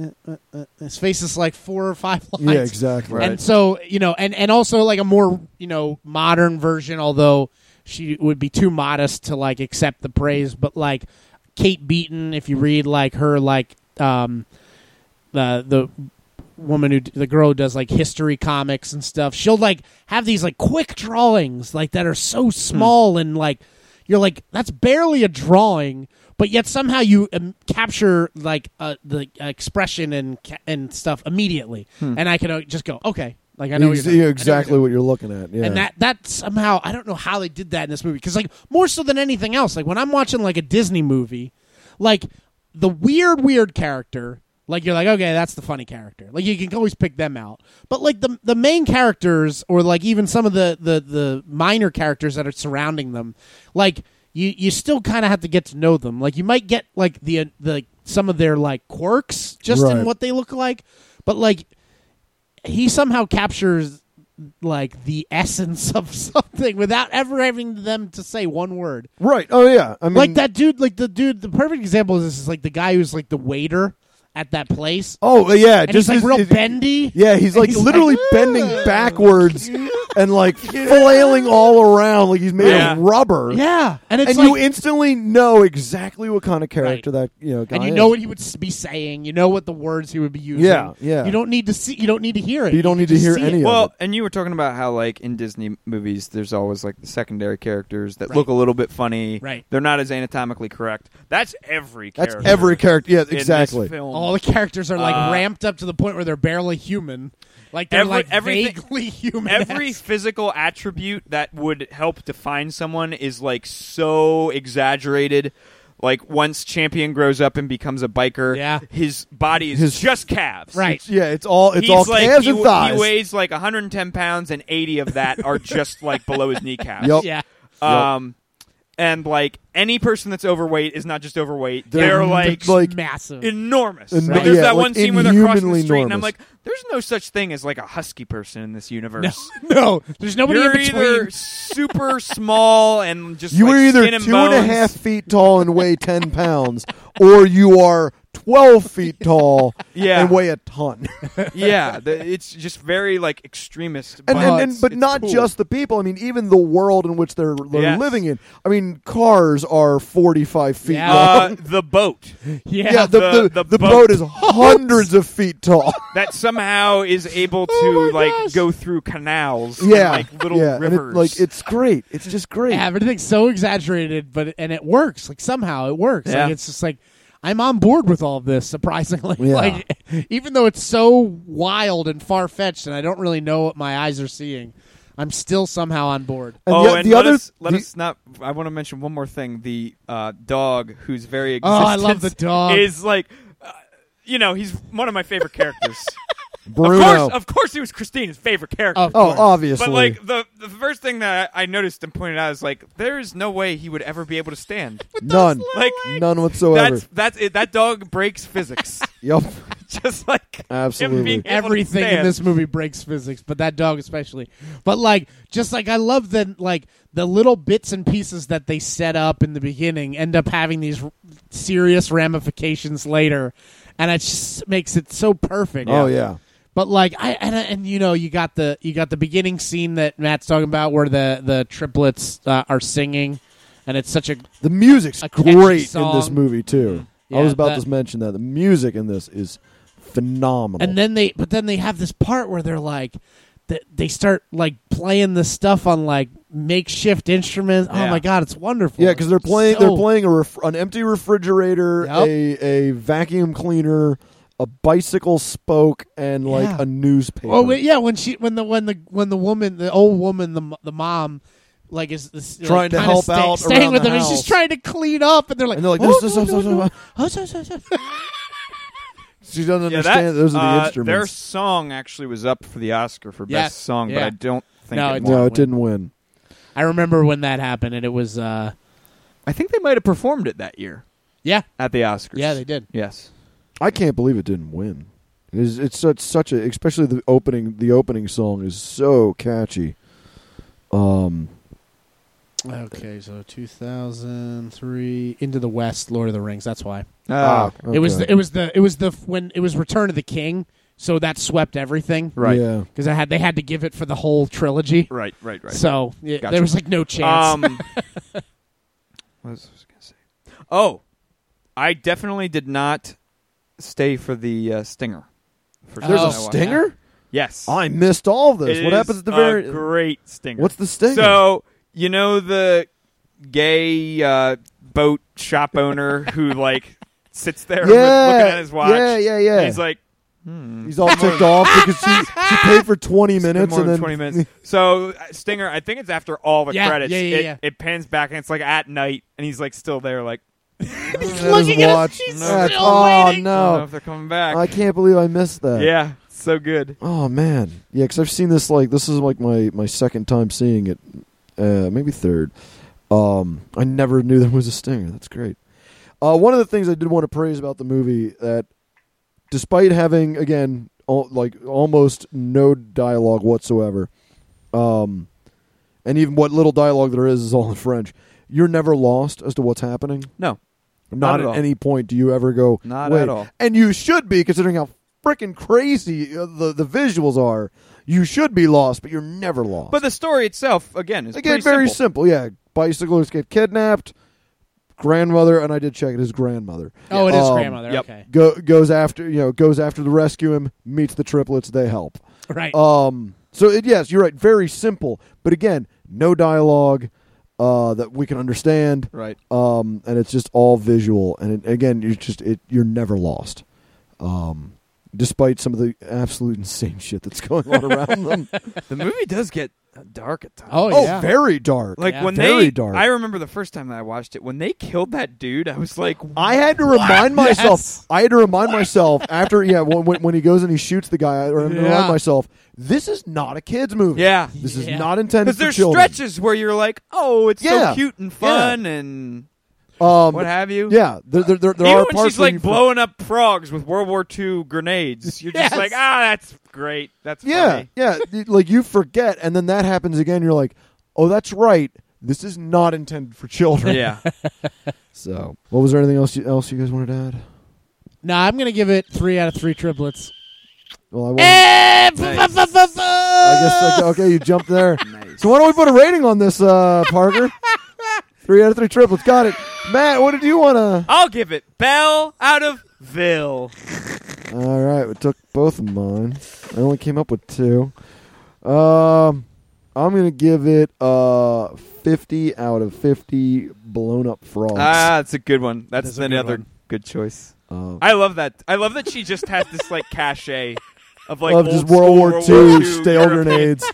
Speaker 1: uh, uh, uh, his face is like four or five lines
Speaker 3: yeah, exactly.
Speaker 2: Right.
Speaker 1: and so you know and and also like a more you know modern version although she would be too modest to like accept the praise but like kate beaton if you read like her like um the the woman who the girl who does like history comics and stuff she'll like have these like quick drawings like that are
Speaker 3: Hmm.
Speaker 1: so small and like you're like that's barely a drawing but yet somehow you um, capture like uh, the expression and ca- and stuff immediately and i can uh, just go okay like i know what
Speaker 3: Hmm. Ex-
Speaker 1: you're doing. I know what
Speaker 3: exactly
Speaker 1: you're
Speaker 3: what you're looking at. Yeah.
Speaker 1: and that that somehow I don't know how they did that in this movie because like more so than anything else, like when I'm watching like a Disney movie, like the weird weird character, like you're like okay that's the funny character, like you can always pick them out, but like the the main characters or like even some of the the the minor characters that are surrounding them, like you you still kind of have to get to know them. Like you might get like the uh, the some of their like quirks just
Speaker 3: Right.
Speaker 1: in what they look like, but like he somehow captures like the essence of something without ever having them to say one word.
Speaker 3: right. Oh yeah. I mean,
Speaker 1: like that dude, like the dude, the perfect example is, is like the guy who's like the waiter at that place.
Speaker 3: Oh yeah.
Speaker 1: and
Speaker 3: just
Speaker 1: he's like
Speaker 3: his-
Speaker 1: real
Speaker 3: his-
Speaker 1: bendy.
Speaker 3: Yeah, he's like
Speaker 1: he's
Speaker 3: literally
Speaker 1: like,
Speaker 3: bending
Speaker 1: "Ugh."
Speaker 3: backwards and like flailing all around like he's made
Speaker 2: Yeah.
Speaker 3: of rubber.
Speaker 1: Yeah. And it's
Speaker 3: and
Speaker 1: like,
Speaker 3: you instantly know exactly what kind of character that you know guy
Speaker 1: and you
Speaker 3: is.
Speaker 1: know what he would s- be saying. You know what the words he would be using.
Speaker 3: Yeah, yeah.
Speaker 1: You don't need to see. You don't need to hear it.
Speaker 3: You don't need to
Speaker 1: just
Speaker 3: hear
Speaker 1: see
Speaker 3: any
Speaker 1: it.
Speaker 3: of it.
Speaker 2: Well, and you were talking about how like in Disney movies, there's always like the secondary characters that
Speaker 1: Right.
Speaker 2: look a little bit funny.
Speaker 1: Right.
Speaker 2: They're not as anatomically correct. That's every
Speaker 3: That's
Speaker 2: character.
Speaker 3: every character. Yeah,
Speaker 2: in this
Speaker 3: exactly.
Speaker 2: film.
Speaker 1: All the characters are like
Speaker 2: Uh,
Speaker 1: ramped up to the point where they're barely human. Like they're
Speaker 2: Every-
Speaker 1: like
Speaker 2: everything-
Speaker 1: vaguely human.
Speaker 2: Every physical attribute that would help define someone is like so exaggerated. Like once Champion grows up and becomes a biker,
Speaker 1: Yeah.
Speaker 2: his body is
Speaker 3: His-
Speaker 2: just calves.
Speaker 1: right.
Speaker 3: Yeah, it's all it's
Speaker 2: He's
Speaker 3: all
Speaker 2: like
Speaker 3: calves
Speaker 2: he,
Speaker 3: and
Speaker 2: w- he
Speaker 3: thighs.
Speaker 2: weighs like 110 pounds, and 80 of that are just like below his kneecaps.
Speaker 3: Yup.
Speaker 1: Yeah.
Speaker 2: Um, and like any person that's overweight is not just overweight;
Speaker 3: They're
Speaker 2: they're,
Speaker 3: m-
Speaker 2: like,
Speaker 3: like-
Speaker 1: massive.
Speaker 2: enormous.
Speaker 3: En-
Speaker 2: Like, there's
Speaker 3: yeah,
Speaker 2: that
Speaker 3: like
Speaker 2: one scene where they're crossing the
Speaker 3: inhumanly
Speaker 2: street, and I'm
Speaker 3: enormous.
Speaker 2: like, "There's no such thing as like a husky person in this universe.
Speaker 1: no, there's nobody
Speaker 2: You're
Speaker 1: in between.
Speaker 2: either super small and just
Speaker 3: You
Speaker 2: like,
Speaker 3: are either
Speaker 2: skin and
Speaker 3: two and a half
Speaker 2: bones.
Speaker 3: feet tall and weigh ten pounds, or you are twelve feet tall
Speaker 2: Yeah.
Speaker 3: and weigh a ton.
Speaker 2: yeah, the, it's just very like extremist.
Speaker 3: and,
Speaker 2: but
Speaker 3: and,
Speaker 2: it's-
Speaker 3: and but
Speaker 2: it's
Speaker 3: not
Speaker 2: cool.
Speaker 3: just the people. I mean, even the world in which they're, they're
Speaker 2: Yes.
Speaker 3: living in. I mean, cars are forty five feet.
Speaker 1: Yeah.
Speaker 3: long.
Speaker 2: uh, the boat
Speaker 1: Yeah,
Speaker 3: yeah, the,
Speaker 2: the-
Speaker 3: the, the
Speaker 2: the boat.
Speaker 3: boat is hundreds of feet tall.
Speaker 2: that somehow is able to
Speaker 1: Oh my
Speaker 2: like
Speaker 1: gosh.
Speaker 2: go through canals,
Speaker 3: yeah,
Speaker 2: and, like little
Speaker 3: yeah. And it-
Speaker 2: rivers.
Speaker 3: like it's great. It's just great.
Speaker 1: Yeah, everything's so exaggerated, but and it works. Like somehow it works.
Speaker 2: Yeah.
Speaker 1: Like it's just like I'm on board with all of this. Surprisingly,
Speaker 3: Yeah.
Speaker 1: like even though it's so wild and far fetched, and I don't really know what my eyes are seeing, I'm still somehow on board.
Speaker 3: And
Speaker 2: oh,
Speaker 3: the,
Speaker 2: and
Speaker 3: the
Speaker 2: let
Speaker 3: other
Speaker 2: us let
Speaker 3: the-
Speaker 2: us not. I want to mention one more thing. The uh, dog, whose very
Speaker 1: Oh,
Speaker 2: existence
Speaker 1: I love the dog.
Speaker 2: is like, uh, you know, he's one of my favorite characters.
Speaker 3: Bruno.
Speaker 2: Of course, of course, he was Christine's favorite character.
Speaker 1: Of
Speaker 3: oh,
Speaker 1: course.
Speaker 3: obviously.
Speaker 2: but like the the first thing that I, I noticed and pointed out is like, there is no way he would ever be able to stand.
Speaker 3: none,
Speaker 2: Like
Speaker 3: none whatsoever.
Speaker 2: that's that's it. That dog breaks physics.
Speaker 3: Yep.
Speaker 2: Just like
Speaker 3: Absolutely.
Speaker 2: him being able to
Speaker 1: everything in
Speaker 2: stand.
Speaker 1: this movie breaks physics, but that dog especially. But like, just like I love the like the little bits and pieces that they set up in the beginning end up having these r- serious ramifications later, and it just makes it so perfect.
Speaker 3: Oh yeah.
Speaker 1: But like I and, and you know you got the you got the beginning scene that Matt's talking about where the the triplets uh, are singing, and it's such a
Speaker 3: The music's
Speaker 1: A catchy
Speaker 3: great in this
Speaker 1: song.
Speaker 3: movie too. I
Speaker 1: Yeah,
Speaker 3: was about
Speaker 1: that-
Speaker 3: to mention that the music in this is phenomenal.
Speaker 1: and then they but then they have this part where they're like th- they start like playing this stuff on like makeshift instruments.
Speaker 2: Yeah.
Speaker 1: Oh my god, it's wonderful.
Speaker 3: yeah, because they're playing they're
Speaker 1: So-
Speaker 3: playing a ref- an empty refrigerator,
Speaker 1: Yep.
Speaker 3: a a vacuum cleaner, a bicycle spoke, and like
Speaker 1: Yeah.
Speaker 3: a newspaper.
Speaker 1: Oh wait, yeah, when she when the when the when the woman the old woman the m- the mom. Like is, is like,
Speaker 3: Trying to
Speaker 1: kinda
Speaker 3: help
Speaker 1: stay-
Speaker 3: out
Speaker 1: staying
Speaker 3: around
Speaker 1: with
Speaker 3: the
Speaker 1: them, and she's
Speaker 3: house.
Speaker 1: trying to clean up, and they're like,
Speaker 3: And they're like,
Speaker 1: oh,
Speaker 3: this-
Speaker 1: no,
Speaker 3: this-
Speaker 1: no,
Speaker 3: this-
Speaker 1: no,
Speaker 3: this-
Speaker 1: oh, so, so, so.
Speaker 3: She doesn't
Speaker 2: Yeah,
Speaker 3: understand that
Speaker 2: that,
Speaker 3: those are the
Speaker 2: uh, Their
Speaker 3: instruments.
Speaker 2: song actually was up for the Oscar for
Speaker 1: Yeah,
Speaker 2: best song, but
Speaker 1: yeah.
Speaker 2: I don't think
Speaker 1: No,
Speaker 2: it
Speaker 1: it's-
Speaker 2: won.
Speaker 3: No, it didn't win.
Speaker 1: I remember when that happened, and it was, uh,
Speaker 2: I think they might have performed it that year
Speaker 1: yeah,
Speaker 2: at the Oscars.
Speaker 1: yeah, they did.
Speaker 2: Yes.
Speaker 3: I can't believe it didn't win. It is, it's such such a especially the opening the opening song is so catchy. Um,
Speaker 1: Okay, so 2003 into the West, Lord of the Rings. That's why
Speaker 2: Ah,
Speaker 3: ah,
Speaker 1: it was.
Speaker 3: okay.
Speaker 1: The, it was the. It was the when it was Return of the King. So that swept everything
Speaker 2: right.
Speaker 3: Yeah.
Speaker 1: because I had they had to give it for the whole trilogy.
Speaker 2: Right, right, right.
Speaker 1: So yeah,
Speaker 2: Gotcha.
Speaker 1: there was like no chance.
Speaker 2: Um, what was I going to say? Oh, I definitely did not stay for the uh, stinger. For
Speaker 1: There's a
Speaker 2: I watched.
Speaker 3: Stinger?
Speaker 2: Yes.
Speaker 3: I missed all of this.
Speaker 2: It
Speaker 3: what
Speaker 2: is
Speaker 3: happens at the
Speaker 2: a
Speaker 3: very?
Speaker 2: great stinger?
Speaker 3: What's the stinger?
Speaker 2: So you know the gay uh, boat shop owner who like sits there with- looking at his watch.
Speaker 3: Yeah, yeah, yeah.
Speaker 2: And he's like,
Speaker 3: He's all ticked off because she, she paid for twenty
Speaker 2: "Been
Speaker 3: minutes
Speaker 2: more
Speaker 3: and
Speaker 2: than
Speaker 3: then
Speaker 2: twenty minutes. So uh, Stinger, I think it's after all the
Speaker 1: Yeah,
Speaker 2: credits.
Speaker 1: yeah, yeah,
Speaker 2: it,
Speaker 1: yeah.
Speaker 2: it pans back and it's like at night, and he's like still there, like
Speaker 3: He's
Speaker 1: looking at his-
Speaker 3: watch.
Speaker 1: he's
Speaker 3: That's-
Speaker 1: still
Speaker 3: oh
Speaker 1: waiting.
Speaker 2: I don't know
Speaker 3: no!
Speaker 2: if they're coming back.
Speaker 3: I can't believe I missed that.
Speaker 2: yeah, so good.
Speaker 3: Oh man. Yeah, because I've seen this like this is like my my second time seeing it, uh, maybe third. Um, I never knew there was a stinger. That's great. Uh, one of the things I did want to praise about the movie that, despite having again all, like almost no dialogue whatsoever, um, and even what little dialogue there is is all in French. You're never lost as to what's happening.
Speaker 2: No,
Speaker 3: Not,
Speaker 2: Not at
Speaker 3: at,
Speaker 2: all.
Speaker 3: any point do you ever go.
Speaker 2: Not
Speaker 3: Wait.
Speaker 2: at all.
Speaker 3: And you should be considering how freaking crazy uh, the the visuals are. You should be lost, but you're never lost.
Speaker 2: but the story itself, again, is
Speaker 3: again,
Speaker 2: pretty
Speaker 3: very
Speaker 2: simple.
Speaker 3: simple. Yeah, bicyclers get kidnapped. Grandmother, and I did check it. His grandmother
Speaker 1: oh, it is
Speaker 3: um,
Speaker 1: grandmother.
Speaker 2: yep.
Speaker 1: Okay,
Speaker 3: go, goes after you know goes after the rescue him. Meets the triplets. They help.
Speaker 1: right.
Speaker 3: Um. So it, yes, you're right. Very simple, but again, no dialogue uh, that we can understand.
Speaker 2: Right.
Speaker 3: Um, and it's just all visual, and it, again, you're just it. You're never lost, um, despite some of the absolute insane shit that's going on around them.
Speaker 2: The movie does get
Speaker 3: uh,
Speaker 2: dark at times.
Speaker 1: oh,
Speaker 3: oh,
Speaker 1: yeah.
Speaker 3: very dark.
Speaker 2: Like
Speaker 1: Yeah.
Speaker 2: when
Speaker 3: Very
Speaker 2: they,
Speaker 3: dark.
Speaker 2: I remember the first time that I watched it. When they killed that dude, I was like,
Speaker 3: I had to remind myself. I had to remind myself after yeah when, when when he goes and he shoots the guy. I remind
Speaker 1: Yeah.
Speaker 3: myself this is not a kids movie.
Speaker 2: Yeah.
Speaker 3: this
Speaker 1: Yeah.
Speaker 3: is not intended
Speaker 2: because
Speaker 3: for
Speaker 2: there's
Speaker 3: children.
Speaker 2: stretches where you're like, oh, it's
Speaker 3: Yeah.
Speaker 2: so cute and fun and
Speaker 3: um,
Speaker 2: what have you.
Speaker 3: Yeah, there there there, there
Speaker 2: Even
Speaker 3: are
Speaker 2: when
Speaker 3: parts
Speaker 2: she's
Speaker 3: where
Speaker 2: like
Speaker 3: you-
Speaker 2: blowing up frogs with World War II grenades, you're just
Speaker 1: Yes.
Speaker 2: like, ah, that's great. That's
Speaker 3: Yeah,
Speaker 2: funny.
Speaker 3: yeah. y- like you forget, and then that happens again. You're like, oh, that's right. This is not intended for children.
Speaker 2: Yeah.
Speaker 3: So, what was there anything else you, else you guys wanted to add?
Speaker 1: No, I'm gonna give it three out of three triplets.
Speaker 3: Well, I, won't.
Speaker 1: Eh,
Speaker 2: Nice.
Speaker 1: fu- fu- fu- fu-
Speaker 3: I guess like, okay, you jumped there.
Speaker 2: Nice.
Speaker 3: So why don't we put a rating on this, uh, Parker? three out of three triplets. Got it. Matt, what did you want to?
Speaker 2: I'll give it Bell out of Ville.
Speaker 3: All right, we took both of mine. I only came up with two. Um, I'm gonna give it uh 50 out of 50 blown up frogs.
Speaker 2: Ah, that's a good one. That's,
Speaker 1: That's a good
Speaker 2: another
Speaker 1: one.
Speaker 2: good, choice.
Speaker 3: Uh,
Speaker 2: I love that. I love that she just has this like cachet of like
Speaker 3: of
Speaker 2: old
Speaker 3: just
Speaker 2: school
Speaker 3: World War
Speaker 2: World
Speaker 3: II
Speaker 2: II
Speaker 3: stale
Speaker 2: European-
Speaker 3: grenades.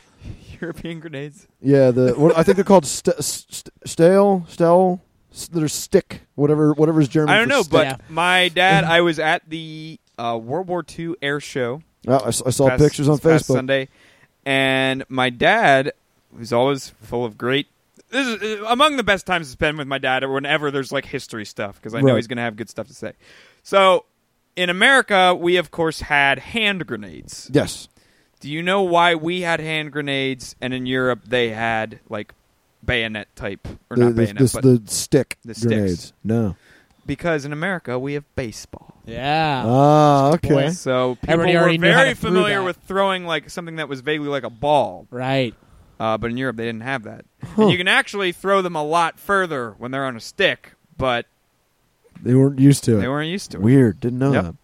Speaker 2: European grenades.
Speaker 3: Yeah, the what, I think they're called st- st- stale, stale. s- They're stick, whatever, whatever's German.
Speaker 2: I don't
Speaker 3: for
Speaker 2: know,
Speaker 3: stick.
Speaker 2: but
Speaker 1: Yeah.
Speaker 2: my dad. I was at the uh, World War II air show.
Speaker 3: Oh, I, s- I saw
Speaker 2: past-
Speaker 3: pictures on
Speaker 2: this past
Speaker 3: Facebook.
Speaker 2: Sunday, and my dad, who's always full of great. This is uh, among the best times to spend with my dad. Or whenever there's like history stuff, because I know
Speaker 3: Right.
Speaker 2: he's going to have good stuff to say. So, in America, we of course had hand grenades.
Speaker 3: Yes,
Speaker 2: Do you know why we had hand grenades, and in Europe they had like bayonet type or
Speaker 3: the,
Speaker 2: not
Speaker 3: the,
Speaker 2: bayonet,
Speaker 3: this-
Speaker 2: but
Speaker 3: the stick
Speaker 2: The sticks.
Speaker 3: grenades. No.
Speaker 2: because in America we have baseball. Oh,
Speaker 1: Yeah.
Speaker 3: Ah, okay.
Speaker 1: boy.
Speaker 2: So people
Speaker 1: Everybody
Speaker 2: were
Speaker 1: already knew how
Speaker 2: very
Speaker 1: to throw
Speaker 2: familiar
Speaker 1: that.
Speaker 2: with throwing like something that was vaguely like a ball,
Speaker 1: right.
Speaker 2: uh, but in Europe they didn't have that.
Speaker 3: Huh.
Speaker 2: And you can actually throw them a lot further when they're on a stick, but
Speaker 3: They weren't used to it.
Speaker 2: they weren't used to it.
Speaker 3: Weird. Didn't know
Speaker 2: Yep.
Speaker 3: that.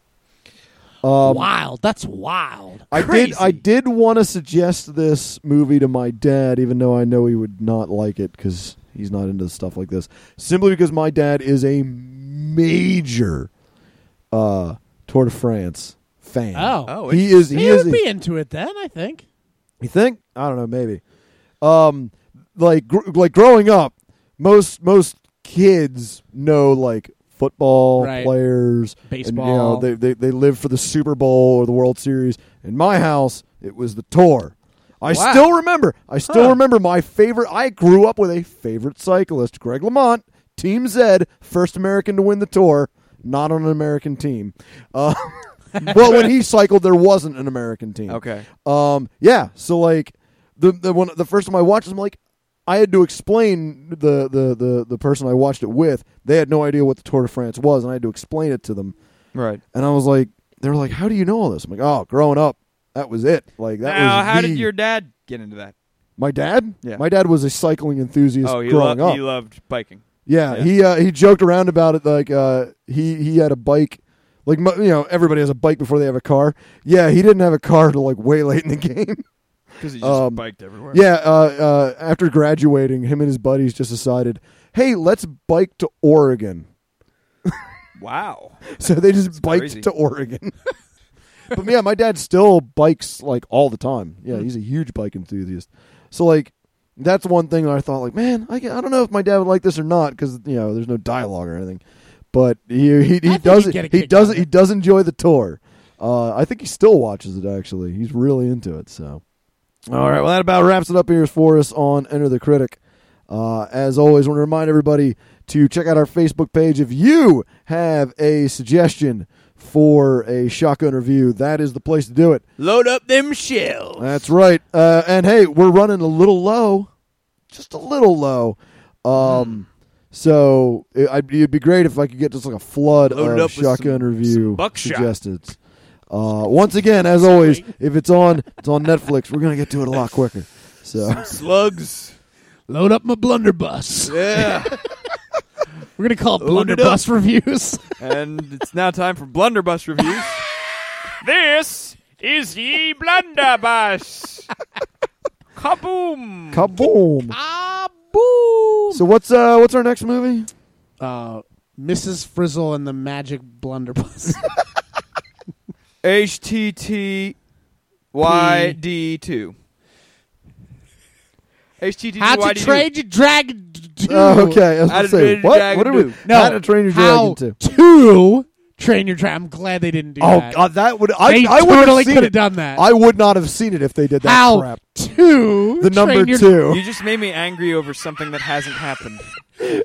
Speaker 3: Um,
Speaker 1: wild. That's wild.
Speaker 3: I did.
Speaker 2: Crazy.
Speaker 3: I did want to suggest this movie to my dad, even though I know he would not like it because he's not into stuff like this. Simply because my dad is a major uh, Tour de France fan.
Speaker 1: Oh.
Speaker 2: Oh,
Speaker 3: he is. He
Speaker 1: He
Speaker 3: is.
Speaker 1: would
Speaker 3: a-
Speaker 1: be into it then, I think.
Speaker 3: You think? I don't know. Maybe. Um, like gr- like growing up, most most kids know like football
Speaker 1: Right.
Speaker 3: players, And, you know,
Speaker 1: Baseball.
Speaker 3: they, they they live for the Super Bowl or the World Series. In my house, it was the tour. I
Speaker 2: Wow.
Speaker 3: still remember. I still
Speaker 2: Huh.
Speaker 3: remember my favorite. I grew up with a favorite cyclist, Greg LeMont, Team Z, first American to win the tour, not on an American team. Uh, well, when he cycled, there wasn't an American team.
Speaker 2: Okay.
Speaker 3: Um, yeah. So like the the one the first time I watched, it, I'm like, I had to explain the the the the person I watched it with. They had no idea what the Tour de France was, and I had to explain it to them.
Speaker 2: Right.
Speaker 3: And I was like, they were like, how do you know all this? I'm like, oh, growing up, that was it. Like that
Speaker 2: now,
Speaker 3: was
Speaker 2: how
Speaker 3: the-
Speaker 2: did your dad get into that?
Speaker 3: my dad?
Speaker 2: Yeah.
Speaker 3: my dad was a cycling enthusiast
Speaker 2: Oh, he,
Speaker 3: growing
Speaker 2: loved
Speaker 3: up.
Speaker 2: he loved biking.
Speaker 3: Yeah,
Speaker 2: Yeah.
Speaker 3: he uh, he joked around about it like uh, he he had a bike. Like mo- you know, everybody has a bike before they have a car. Yeah, he didn't have a car till like way late in the game.
Speaker 2: Because he just
Speaker 3: Um,
Speaker 2: biked everywhere.
Speaker 3: Yeah, uh, uh, after graduating, him and his buddies just decided, hey, let's bike to Oregon.
Speaker 2: Wow.
Speaker 3: So they just biked
Speaker 2: crazy.
Speaker 3: to Oregon. but yeah, my dad still bikes like all the time. Yeah, he's a huge bike enthusiast. So like, that's one thing that I thought like, man, I, I don't know if my dad would like this or not because you know there's no dialogue or anything. But he he, he
Speaker 1: think
Speaker 3: does
Speaker 1: he'd
Speaker 3: it.
Speaker 1: get a
Speaker 3: He
Speaker 1: kick
Speaker 3: does it.
Speaker 1: out of
Speaker 3: He
Speaker 1: it.
Speaker 3: does enjoy the tour. Uh, I think he still watches it. Actually, he's really into it. So. All right, well, that about wraps it up here for us on Enter the Critic. Uh, as always, I want to remind everybody to check out our Facebook page. If you have a suggestion for a shotgun review, that is the place to do it.
Speaker 2: Load up them shells.
Speaker 3: That's right. Uh, and hey, we're running a little low, just a little low. Um, So it, I'd, it'd be great if I could get just like a flood
Speaker 2: Load it up
Speaker 3: of
Speaker 2: with
Speaker 3: shotgun
Speaker 2: some-
Speaker 3: review
Speaker 2: some buckshot.
Speaker 3: suggested. Uh, once again, as always, if it's on, it's on Netflix. We're gonna get to it a lot quicker. So.
Speaker 2: Slugs.
Speaker 1: Load up my blunderbuss.
Speaker 2: Yeah.
Speaker 1: We're gonna call it
Speaker 2: Load it
Speaker 1: blunderbuss reviews.
Speaker 2: and it's now time for blunderbuss reviews. this is ye blunderbuss. Kaboom!
Speaker 3: Kaboom!
Speaker 1: ah, boo.
Speaker 3: So what's uh what's our next movie?
Speaker 1: uh, Mrs. Frizzle and the Magic Blunderbuss.
Speaker 2: HTTYD2.
Speaker 1: How to
Speaker 2: HTTYD2.
Speaker 1: trade your dragon? d- Two.
Speaker 3: Uh, okay, I was
Speaker 2: How
Speaker 3: gonna
Speaker 2: to
Speaker 3: say
Speaker 2: Train Your
Speaker 3: what?
Speaker 2: Dragon
Speaker 3: What are we?
Speaker 2: do.
Speaker 1: No.
Speaker 3: How to Train Your
Speaker 1: How
Speaker 3: Dragon two?
Speaker 1: to train your dragon? I'm glad they didn't do
Speaker 3: Oh
Speaker 1: that.
Speaker 3: God, that would I,
Speaker 1: they
Speaker 3: I would
Speaker 1: totally
Speaker 3: have seen
Speaker 1: could
Speaker 3: it.
Speaker 1: have done that.
Speaker 3: I would not have seen it if they did that
Speaker 1: How
Speaker 3: crap.
Speaker 1: to
Speaker 3: The number
Speaker 1: train your-
Speaker 3: two,
Speaker 2: You just made me angry over something that hasn't happened.
Speaker 3: yeah,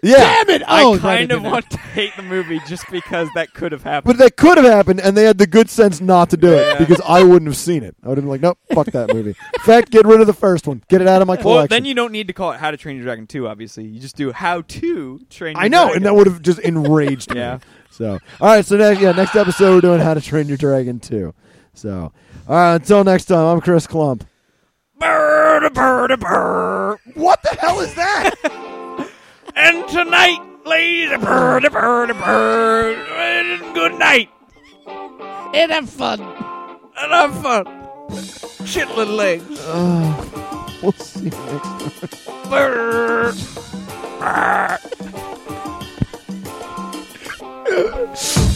Speaker 1: Damn it! Oh,
Speaker 2: I
Speaker 1: right,
Speaker 2: kind
Speaker 1: it
Speaker 2: of
Speaker 1: didn't.
Speaker 2: want to hate the movie just because that could have happened.
Speaker 3: but that could have happened, and they had the good sense not to do it because I wouldn't have seen it. I would have been like, nope, fuck that movie. In fact, get rid of the first one, get it out of my collection.
Speaker 2: well, then you don't need to call it How to Train Your Dragon 2, obviously. You just do How to Train Your
Speaker 3: I know,
Speaker 2: Dragon.
Speaker 3: and that would have just enraged me.
Speaker 2: Yeah.
Speaker 3: So, all right. So next, yeah, next episode we're doing How to Train Your Dragon two. So, all right. Until next time, I'm Chris Klump.
Speaker 2: Bird, a bird, a bird.
Speaker 3: What the hell is that?
Speaker 2: And tonight, ladies, a bird, a bird, a bird. And good night.
Speaker 1: And have fun.
Speaker 2: And have fun. Chitlin legs.
Speaker 3: we'll see you next.
Speaker 2: Bird. Bird.